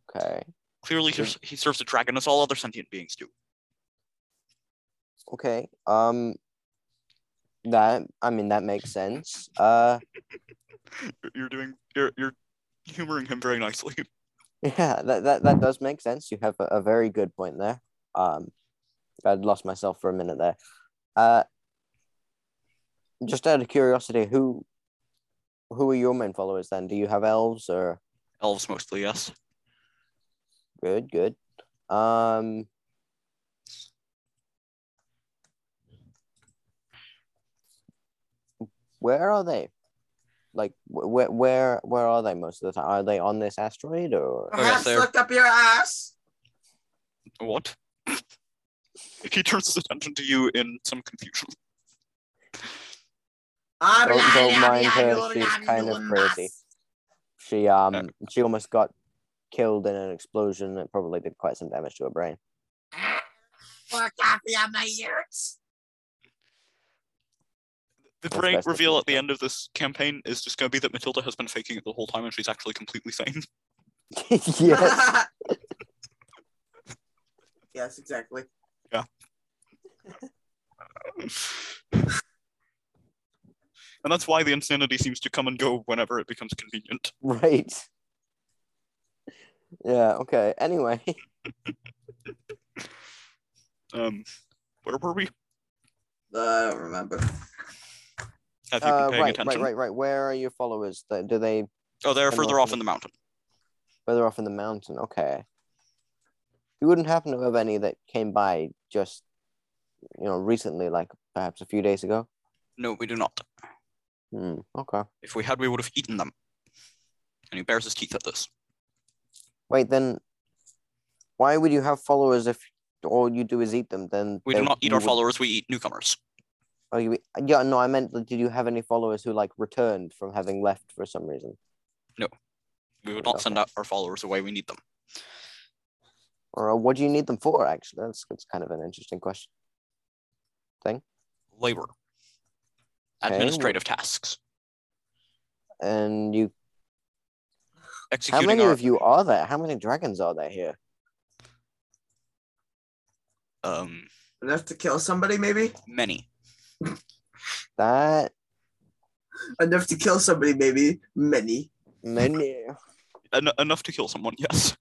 S2: Okay.
S1: Clearly, he- he serves a dragon as all other sentient beings do.
S2: Okay. Um. That I mean that makes sense. Uh. [laughs]
S1: You're doing you're you're humoring him very nicely.
S2: Yeah, that, that, that does make sense. You have a, a very good point there. Um, I'd lost myself for a minute there. Uh, just out of curiosity, who who are your main followers then? Do you have elves or
S1: Elves mostly, yes.
S2: good, good? Um, where are they? Like wh- where where where are they most of the time? Are they on this asteroid or?
S3: Uh-huh.
S4: Perhaps
S1: there.
S4: look up your ass.
S1: What? [laughs] he turns his attention to you in some confusion.
S4: Ah,
S2: Don't-
S4: blah,
S2: don't
S4: blah,
S2: mind
S4: blah,
S2: her,
S4: blah,
S2: she's
S4: blah,
S2: kind of
S4: blah,
S2: crazy. She um she almost got killed in an explosion that probably did quite some damage to her brain. [laughs]
S4: Ah, For copy of my ears.
S1: The
S2: That's
S1: great
S2: best if
S1: reveal
S2: you
S1: at the
S2: don't.
S1: end of this campaign is just going to be that Matilda has been faking it the whole time and she's actually completely sane. [laughs]
S3: [laughs]
S2: yes.
S3: yes, exactly.
S1: and that's why the insanity seems to come and go whenever it becomes convenient.
S2: Right. Yeah, okay. Anyway.
S1: Um, where were we?
S3: Uh, I don't remember.
S1: Have you been
S2: Uh,
S1: paying
S2: right, right,
S1: attention?
S2: right, right. Where are your followers? Th- Do they
S1: Oh, they're
S2: I'm
S1: further
S2: looking
S1: off in
S2: at-
S1: the mountain.
S2: further off in the mountain? Okay. You wouldn't happen to have any that came by just you know, recently, like perhaps a few days ago.
S1: No, we do not.
S2: Hmm. Okay.
S1: If we had, we would have eaten them. And he bares his teeth at this.
S2: Wait, then why would you have followers if all you do is eat them? Then
S1: We do
S2: they-
S1: not eat
S2: you
S1: our
S2: would-
S1: followers, we eat newcomers.
S2: Oh, you, yeah, no, I meant like, did you have any followers who like returned from having left for some reason?
S1: We would not send
S2: Okay.
S1: out our followers away, we need them.
S2: Or uh, what do you need them for? Actually, that's that's kind of an interesting question.
S1: Labor.
S2: Okay,
S1: Administrative tasks.
S2: And you, how
S1: Executing
S2: many
S1: our
S2: of you are there? How many dragons are there here?
S1: um
S3: Enough to kill somebody, maybe.
S1: many.
S2: That
S3: Enough to kill somebody, maybe. Many.
S1: [laughs]
S2: many.
S1: En- enough to kill someone, [laughs] yes.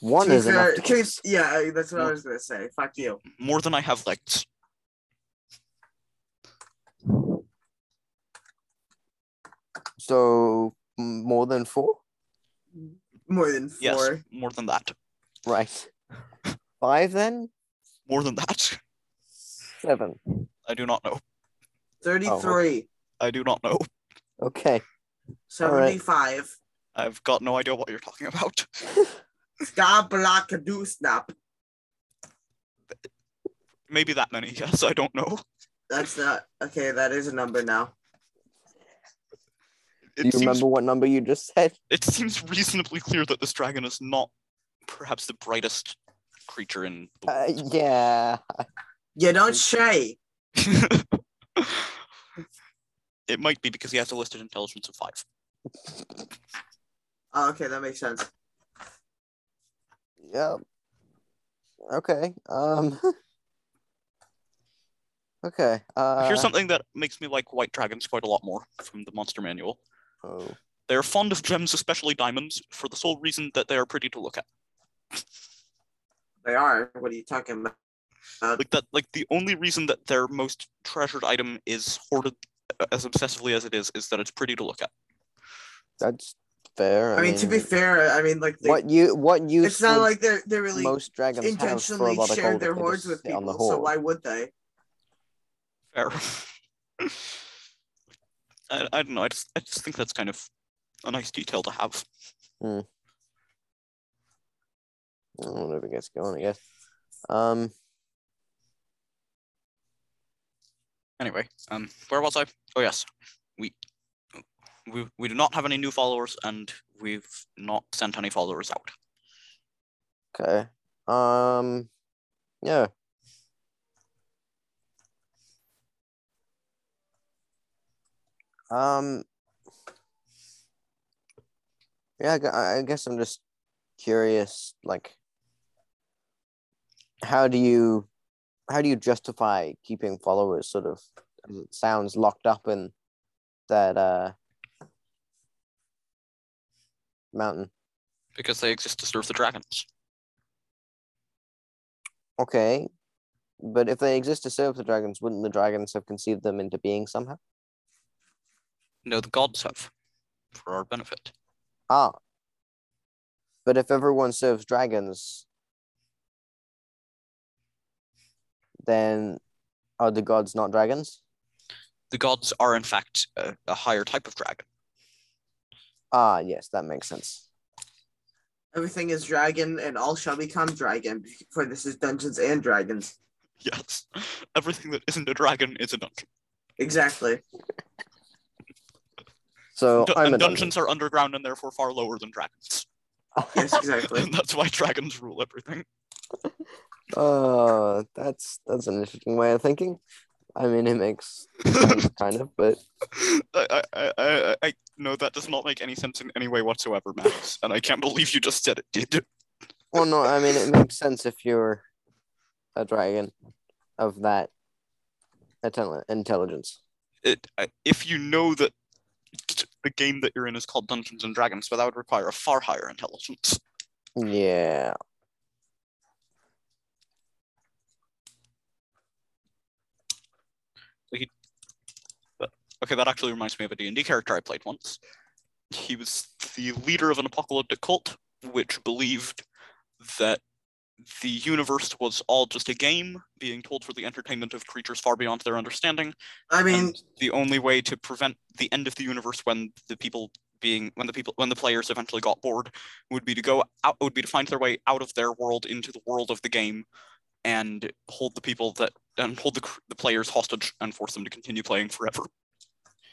S2: One
S3: be
S2: is enough
S3: fair,
S2: to
S3: to be-
S2: kill.
S3: Yeah, that's what I was gonna say. Fuck you.
S1: More than I have legs.
S2: So m- more than four,
S3: More than four.
S1: Yes. More than that.
S3: [laughs]
S2: right? Five then,
S1: More than that.
S2: seven.
S1: I do not know.
S3: Thirty-three.
S1: I do not know.
S2: Oh, Okay.
S3: Seventy-five.
S1: I've got no idea what you're talking about.
S3: Stop block do snap.
S1: Maybe that many, yes, I don't know.
S3: That's not okay. That is a number now.
S1: It
S2: do you
S1: seems
S2: remember what number you just said? [laughs]
S1: it seems reasonably clear that this dragon is not perhaps the brightest creature in the
S2: Uh,
S1: world.
S2: yeah.
S3: You don't
S2: Mm.
S3: say.
S1: [laughs] it might be because he has a listed intelligence of five.
S3: Oh, okay, that makes sense.
S2: Yep. Okay. Um. [laughs] okay. Uh.
S1: Here's something that makes me like white dragons quite a lot more from the monster manual.
S2: oh,
S1: They are fond of gems, especially diamonds, for the sole reason that they are pretty to look at.
S3: They are. What are you talking about?
S1: Like that, like the only reason that their most treasured item uh, is hoarded as obsessively as it is, is that it's pretty to look at.
S2: that's fair.
S3: I mean, to be fair, I mean, like, they,
S2: what you what use?
S3: it's not like they're they're really
S2: most dragons
S3: intentionally
S2: have for a lot of
S3: shared
S2: gold
S3: their
S2: if they
S3: hordes
S2: just
S3: with
S2: sit on the
S3: people, so
S2: hoard.
S3: why would they?
S1: Fair. [laughs] I, I don't know. I just I just think that's kind of a nice detail to have.
S2: I don't know if it gets going. I guess. Um,
S1: Anyway, um, where was I? Oh yes, we we we do not have any new followers, and we've not sent any followers out.
S2: okay. Um, yeah. Um. Yeah, I gu- I I guess I'm just curious. Like, how do you, how do you justify keeping followers? Sort of, as it sounds locked up in that uh mountain.
S1: because they exist to serve the dragons.
S2: Okay. But if they exist to serve the dragons, wouldn't the dragons have conceived them into being somehow?
S1: No, the gods have, for our benefit.
S2: Ah. But if everyone serves dragons, then are the gods not dragons?
S1: The gods are, in fact, a, a higher type of dragon. [laughs]
S2: Ah, yes, that makes sense.
S3: Everything is dragon, and all shall become dragon. For this is Dungeons and Dragons.
S1: Yes, everything that isn't a dragon is a dungeon.
S3: Exactly.
S2: So
S1: Du-
S2: I'm
S1: and
S2: a dungeon.
S1: dungeons are underground and therefore far lower than dragons.
S3: Yes,
S2: [laughs]
S3: exactly.
S1: and [laughs] that's why dragons rule everything.
S2: [laughs]
S1: [laughs]
S2: Oh, that's that's an interesting way of thinking. I mean, it makes sense, kind of, but
S1: I, I, I, I, I no, that does not make any sense in any way whatsoever, Max. and I can't believe you just said it did.
S2: well, no, I mean, it makes sense if you're a dragon of that intelli- intelligence.
S1: it I- if you know that the game that you're in is called Dungeons and Dragons, but that would require a far higher intelligence.
S2: Yeah.
S1: Okay, that actually reminds me of a D&D character I played once. He was the leader of an apocalyptic cult, which believed that the universe was all just a game being told for the entertainment of creatures far beyond their understanding.
S3: I mean,
S1: and the only way to prevent the end of the universe when the people being when the people when the players eventually got bored would be to go out would be to find their way out of their world into the world of the game and hold the people that and hold the, cr- the players hostage and force them to continue playing forever.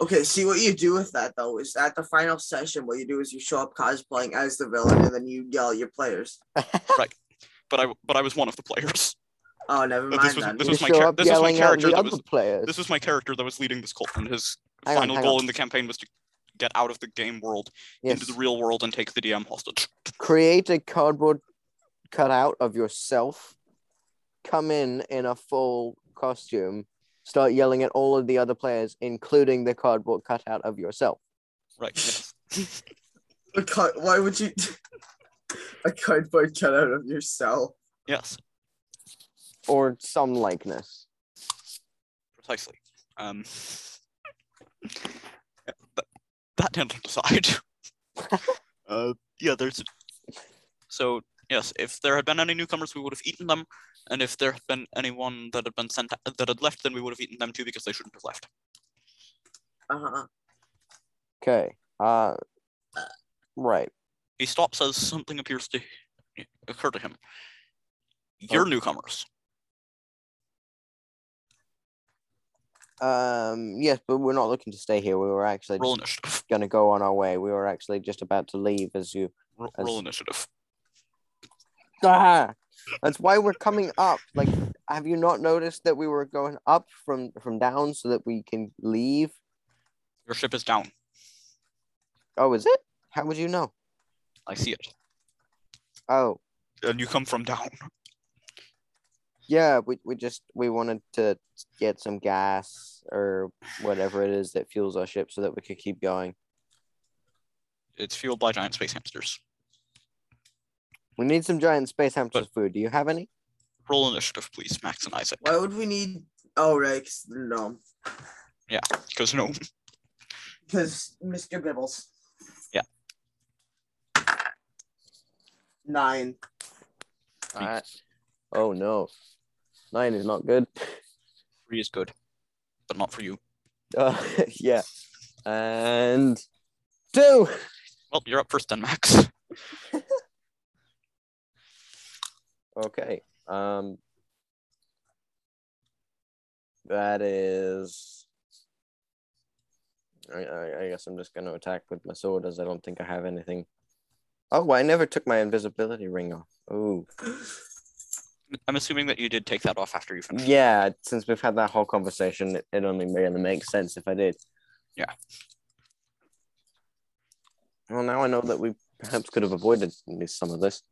S3: okay. See what you do with that though is at the final session, what you do is you show up cosplaying as the villain, and then you yell at your players.
S1: but I but I was one of the players.
S3: Oh, never
S1: This
S3: mind
S1: was-
S3: then.
S1: this
S2: You
S1: was my
S2: show
S1: char-
S2: up
S1: this was my
S2: yelling at
S1: character
S2: the
S1: that
S2: other
S1: was-
S2: players.
S1: This was my character that was leading this cult, and his
S2: Hang on,
S1: final
S2: hang
S1: goal
S2: on.
S1: in the campaign was to get out of the game world
S2: yes.
S1: into the real world and take the DM hostage.
S2: Create a cardboard cutout of yourself. Come in in a full costume. Start yelling at all of the other players, including the cardboard cutout of yourself.
S1: Right. Yes.
S3: A cut- Why would you? [laughs] a cardboard cutout of yourself.
S1: yes.
S2: Or some likeness.
S1: Precisely. Um. yeah, But that tangent aside. uh, yeah. There's. So yes, if there had been any newcomers, we would have eaten them, and if there had been anyone that had been sent that had left, then we would have eaten them too because they shouldn't have left.
S3: Uh huh.
S2: Okay. Uh, right.
S1: He stops as something appears to occur to him.
S2: Oh.
S1: You're newcomers.
S2: Um, yes, but we're not looking to stay here. We were actually
S1: Roll
S2: just
S1: initiative.
S2: going to go on our way. We were actually just about to leave as you. [laughs]
S1: Ro-
S2: As-
S1: Roll initiative.
S2: Ah, that's why we're coming up. Like, have you not noticed that we were going up from from down so that we can leave?
S1: Your ship is down.
S2: Oh, is it? How would you know?
S1: I see it.
S2: Oh,
S1: And you come from down.
S2: yeah. We we just we wanted to get some gas or whatever it is that fuels our ship so that we could keep going.
S1: It's fueled by giant space hamsters.
S2: We need some giant space hamster food. Do you have any?
S1: Roll initiative, please, Max and Isaac.
S3: Why would we need? Oh right, 'cause- no,
S1: Because no.
S3: because Mr. Bibbles. Nine.
S2: Alright. Oh no. Nine is not good. [laughs]
S1: Three is good, but not for you.
S2: Uh, yeah. And two.
S1: Well, you're up first then, Max.
S2: Okay. Um that is I, I, I guess I'm just gonna attack with my sword as I don't think I have anything. Oh I never took my invisibility ring off. Oh
S1: I'm assuming that you did take that off after you finished.
S2: yeah, since we've had that whole conversation, it, it only really makes sense if I did.
S1: Yeah.
S2: Well now I know that we perhaps could have avoided at least some of this.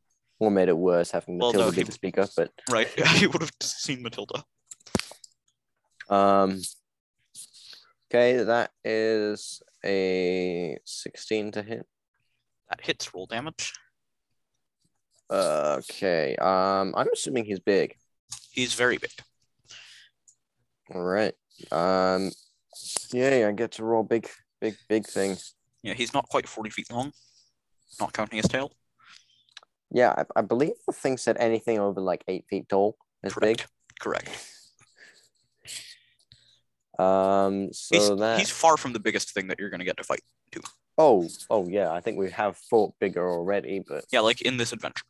S2: Or made it worse having
S1: Well, no,
S2: Matilda be
S1: he-
S2: the speaker, but
S1: Right. [laughs] Yeah, you would have seen Matilda.
S2: Um, okay, that is a 16 to hit.
S1: That hits roll damage.
S2: Uh, okay, um, I'm assuming he's big.
S1: He's very big.
S2: All right. Um, yeah, I get to roll big, big, big thing.
S1: Yeah, he's not quite 40 feet long, not counting his tail.
S2: Yeah, I, I believe the thing said anything over like eight feet tall is
S1: Correct. Correct.
S2: big. Um, so
S1: He's,
S2: that.
S1: he's far from the biggest thing that you're going to get to fight.
S2: Oh, oh, yeah, I think we have fought bigger already, but
S1: Yeah, like in this adventure.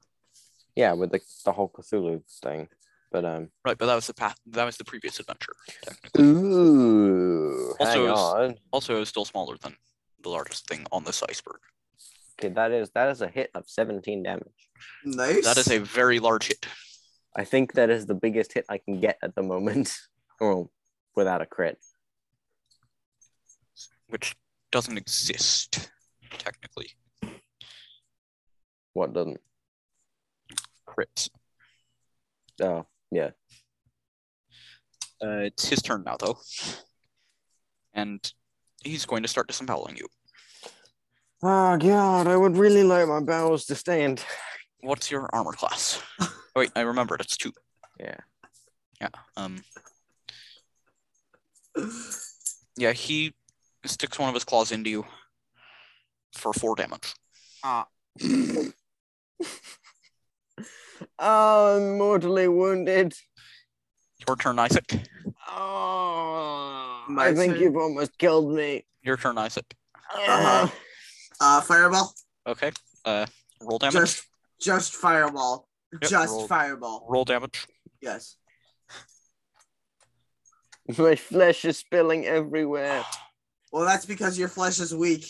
S2: yeah, with the, the whole Cthulhu thing. But, um,
S1: Right, but that was the path. That was the previous adventure. technically.
S2: ooh,
S1: Also
S2: hang
S1: is-
S2: on.
S1: Also, it was still smaller than the largest thing on this iceberg.
S2: Okay, that is that is a hit of 17 damage.
S3: Nice.
S1: That is a very large hit.
S2: I think that is the biggest hit I can get at the moment. [laughs] Well, without a crit.
S1: which doesn't exist technically.
S2: What doesn't?
S1: Crits.
S2: Oh, yeah.
S1: Uh, it's his turn now, though, and he's going to start disemboweling you.
S2: Oh god, I would really like my bowels to stand.
S1: What's your armor
S2: [laughs]
S1: class? oh, wait, I remembered. It's two.
S2: Yeah.
S1: Yeah. Um. Yeah, he sticks one of his claws into you for four damage.
S2: I'm mortally wounded.
S1: Your turn, Isaac.
S2: Oh,
S3: My
S2: I think
S3: turn.
S2: you've almost killed me.
S1: Your turn, Isaac.
S3: Uh-huh.
S2: Ah,
S3: [laughs] Uh, fireball.
S1: Okay. Uh, roll damage.
S3: Just, just fireball.
S1: Yep,
S3: just
S1: roll.
S3: fireball.
S1: Roll damage.
S3: Yes.
S2: my flesh is spilling everywhere.
S3: Well, that's because your flesh is weak.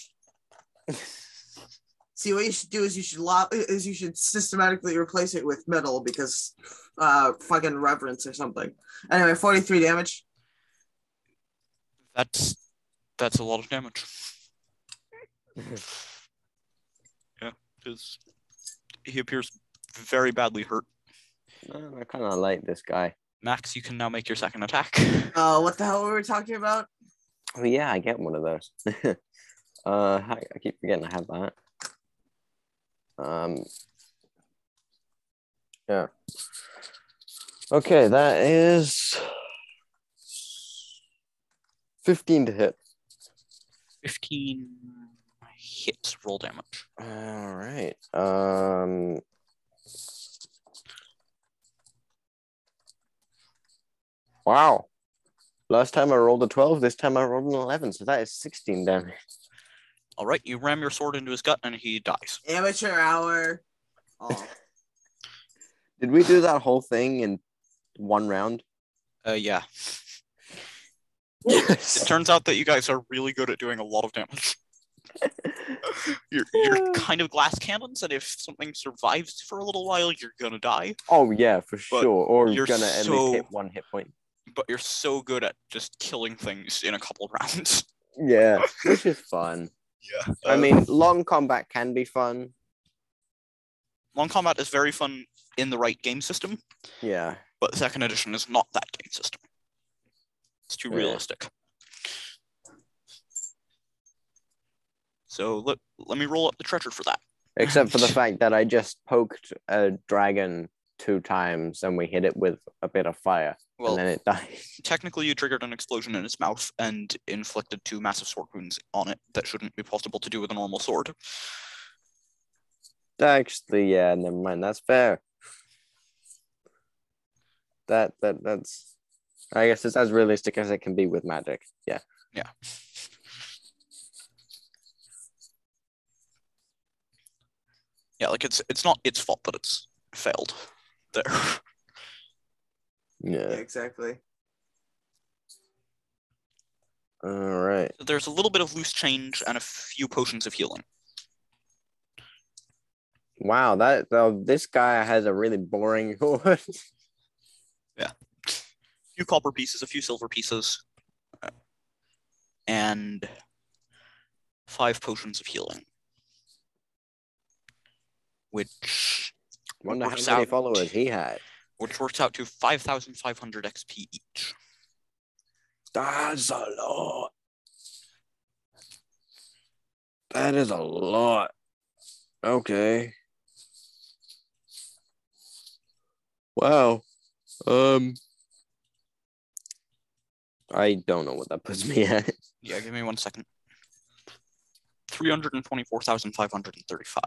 S1: [laughs]
S3: See, what you should do is you should lo- is you should systematically replace it with metal because, uh, fucking reverence or something. Anyway, forty three damage.
S1: That's that's a lot of damage. yeah, his, he appears very badly hurt.
S2: Oh, [sighs] I kind of like this guy.
S1: Max, you can now make your second attack.
S3: Uh, what the hell were we talking about?
S2: Oh yeah, I get one of those. [laughs] uh, I, I keep forgetting I have that. Um, yeah. Okay, that is fifteen to hit.
S1: Fifteen hits. Roll damage.
S2: All right. Um. Wow. Last time I rolled a 12, this time I rolled an 11, so that is 16 damage.
S1: All right, you ram your sword into his gut and he dies.
S3: Amateur hour.
S2: [laughs]
S3: Oh,
S2: Did we do that whole thing in one round?
S1: Uh, yeah. It
S2: Yes.
S1: turns out that you guys are really good at doing a lot of damage. You're, you're kind of glass cannons, and if something survives for a little while, you're gonna die.
S2: Oh yeah, for
S1: But
S2: sure. Or
S1: you're
S2: you're gonna at
S1: so-
S2: least hit one hit point.
S1: But you're so good at just killing things in a couple [laughs] rounds. Uh,
S2: Yeah, which is fun.
S1: Yeah.
S2: I mean, long combat can be fun.
S1: long combat is very fun in the right game system,
S2: Yeah.
S1: but second edition is not that game system. It's too
S2: Yeah.
S1: realistic. So let, let me roll up the treasure for that.
S2: Except for the fact that I just poked a dragon two times and we hit it with a bit of fire
S1: Well,
S2: and then it [laughs] died.
S1: technically, you triggered an explosion in its mouth and inflicted two massive sword wounds on it that shouldn't be possible to do with a normal sword.
S2: Actually, yeah, never mind. That's fair. That that that's I guess it's as realistic as it can be with magic. Yeah.
S1: Yeah. Yeah, like it's it's not its fault that it's failed there. [laughs]
S3: Yeah,
S2: Yeah.
S3: exactly.
S2: All right.
S1: There's a little bit of loose change and a few potions of healing.
S2: Wow, that though this guy has a really boring [laughs] hoard.
S1: A few copper pieces, a few silver pieces, uh, and five potions of healing. Which
S2: Wonder how
S1: Works
S2: many
S1: out.
S2: followers he had.
S1: which works out to 5,500 XP each.
S2: That's a lot. That is a lot. Okay. Wow. Um I don't know what that puts me at. [laughs]
S1: Yeah, give me one second. 324,535.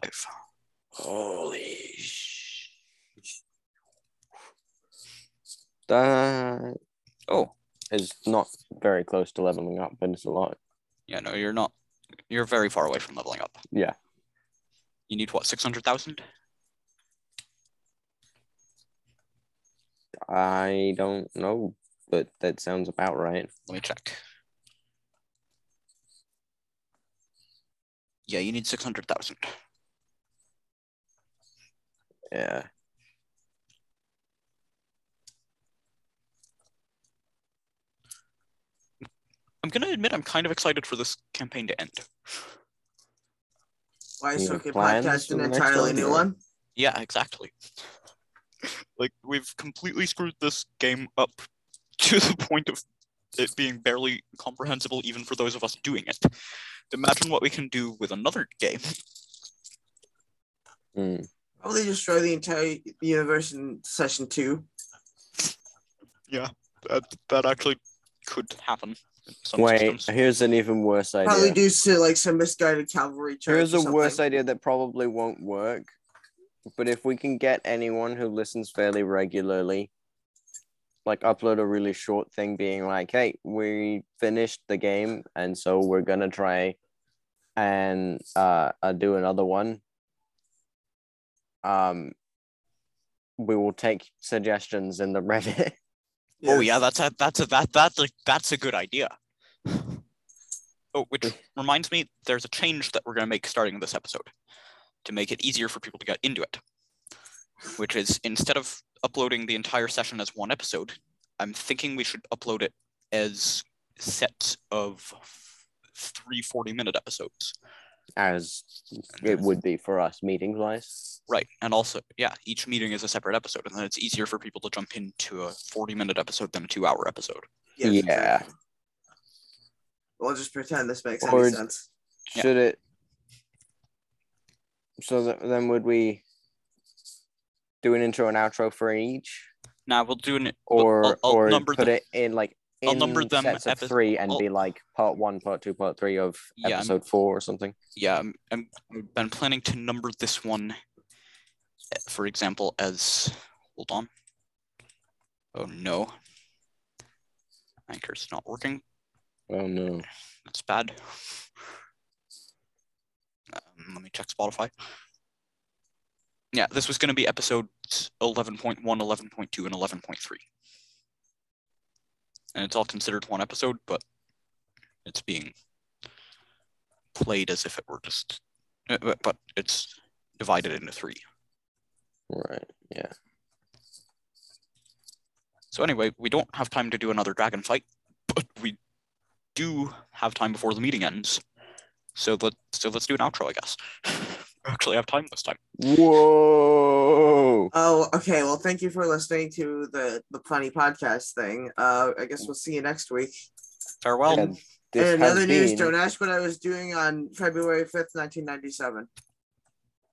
S2: Holy sh. That
S1: Oh,
S2: is not very close to leveling up, but it's a lot.
S1: yeah, no, you're not. You're very far away from leveling up.
S2: Yeah.
S1: You need what, 600,000?
S2: I don't know, but that sounds about right.
S1: Let me check. Yeah, you need 600,000.
S2: Yeah.
S1: I'm going to admit I'm kind of excited for this campaign to end.
S3: Why is
S2: You have
S3: Circuit
S2: plans
S3: Podcast
S2: for
S3: an
S2: the next
S3: entirely
S2: one,
S3: new
S2: or-
S3: one?
S1: Yeah, exactly. [laughs] like, we've completely screwed this game up to the point of it being barely comprehensible even for those of us doing it. Imagine what we can do with another game.
S2: Mm.
S3: Probably Oh, destroy the entire universe in session two.
S1: That, that actually could happen in some
S2: Wait,
S1: systems.
S2: here's an even worse
S3: Probably
S2: idea.
S3: due to like some misguided cavalry charge.
S2: Here's
S3: or
S2: a worse
S3: something.
S2: idea that probably won't work. But if we can get anyone who listens fairly regularly, like upload a really short thing being like, hey, we finished the game, and so we're gonna try and uh, uh do another one. Um we will take suggestions in the [laughs] Reddit.
S1: Oh yeah, that's a that's a that that's like that's a good [laughs] idea. Oh, which reminds me, there's a change that we're gonna make starting this episode to make it easier for people to get into it. Which is instead of uploading the entire session as one episode, I'm thinking we should upload it as sets of three 40 minute episodes.
S2: as it would be for us meeting wise.
S1: Right. And also, yeah, each meeting is a separate episode, and then it's easier for people to jump into a 40 minute episode than a two hour episode.
S3: Yes,
S2: yeah.
S3: exactly. We'll just pretend this makes
S2: Or-
S3: any sense.
S1: Yeah.
S2: should it so th- then would we do an intro and outro for each
S1: Now we'll do an we'll-
S2: or
S1: I'll- I'll
S2: or
S1: number
S2: put
S1: them.
S2: it in like in
S1: I'll number them
S2: sets of
S1: epi-
S2: three and
S1: I'll-
S2: be like part one part two part three of
S1: Yeah, I'm-
S2: episode four or something
S1: yeah, I'm, I'm I've been planning to number this one, eh, for example, as hold on. Oh no, anchor's not working.
S2: oh no
S1: That's bad. Um, let me check Spotify. Yeah, this was going to be episodes 11.1, 11.2, and 11.3. And it's all considered one episode, but it's being played as if it were just. uh, But but it's divided into three.
S2: right
S1: So, anyway, we don't have time to do another dragon fight, but we do have time before the meeting ends. So, let, so let's do an outro, I guess. [laughs] we actually have time this time.
S2: whoa
S3: Oh, okay. Well, thank you for listening to the the funny podcast thing. Uh, I guess we'll see you next week.
S1: Farewell.
S2: And this
S3: and
S2: has
S3: another news:
S2: been-
S3: Don't ask what I was doing on February fifth, nineteen ninety-seven.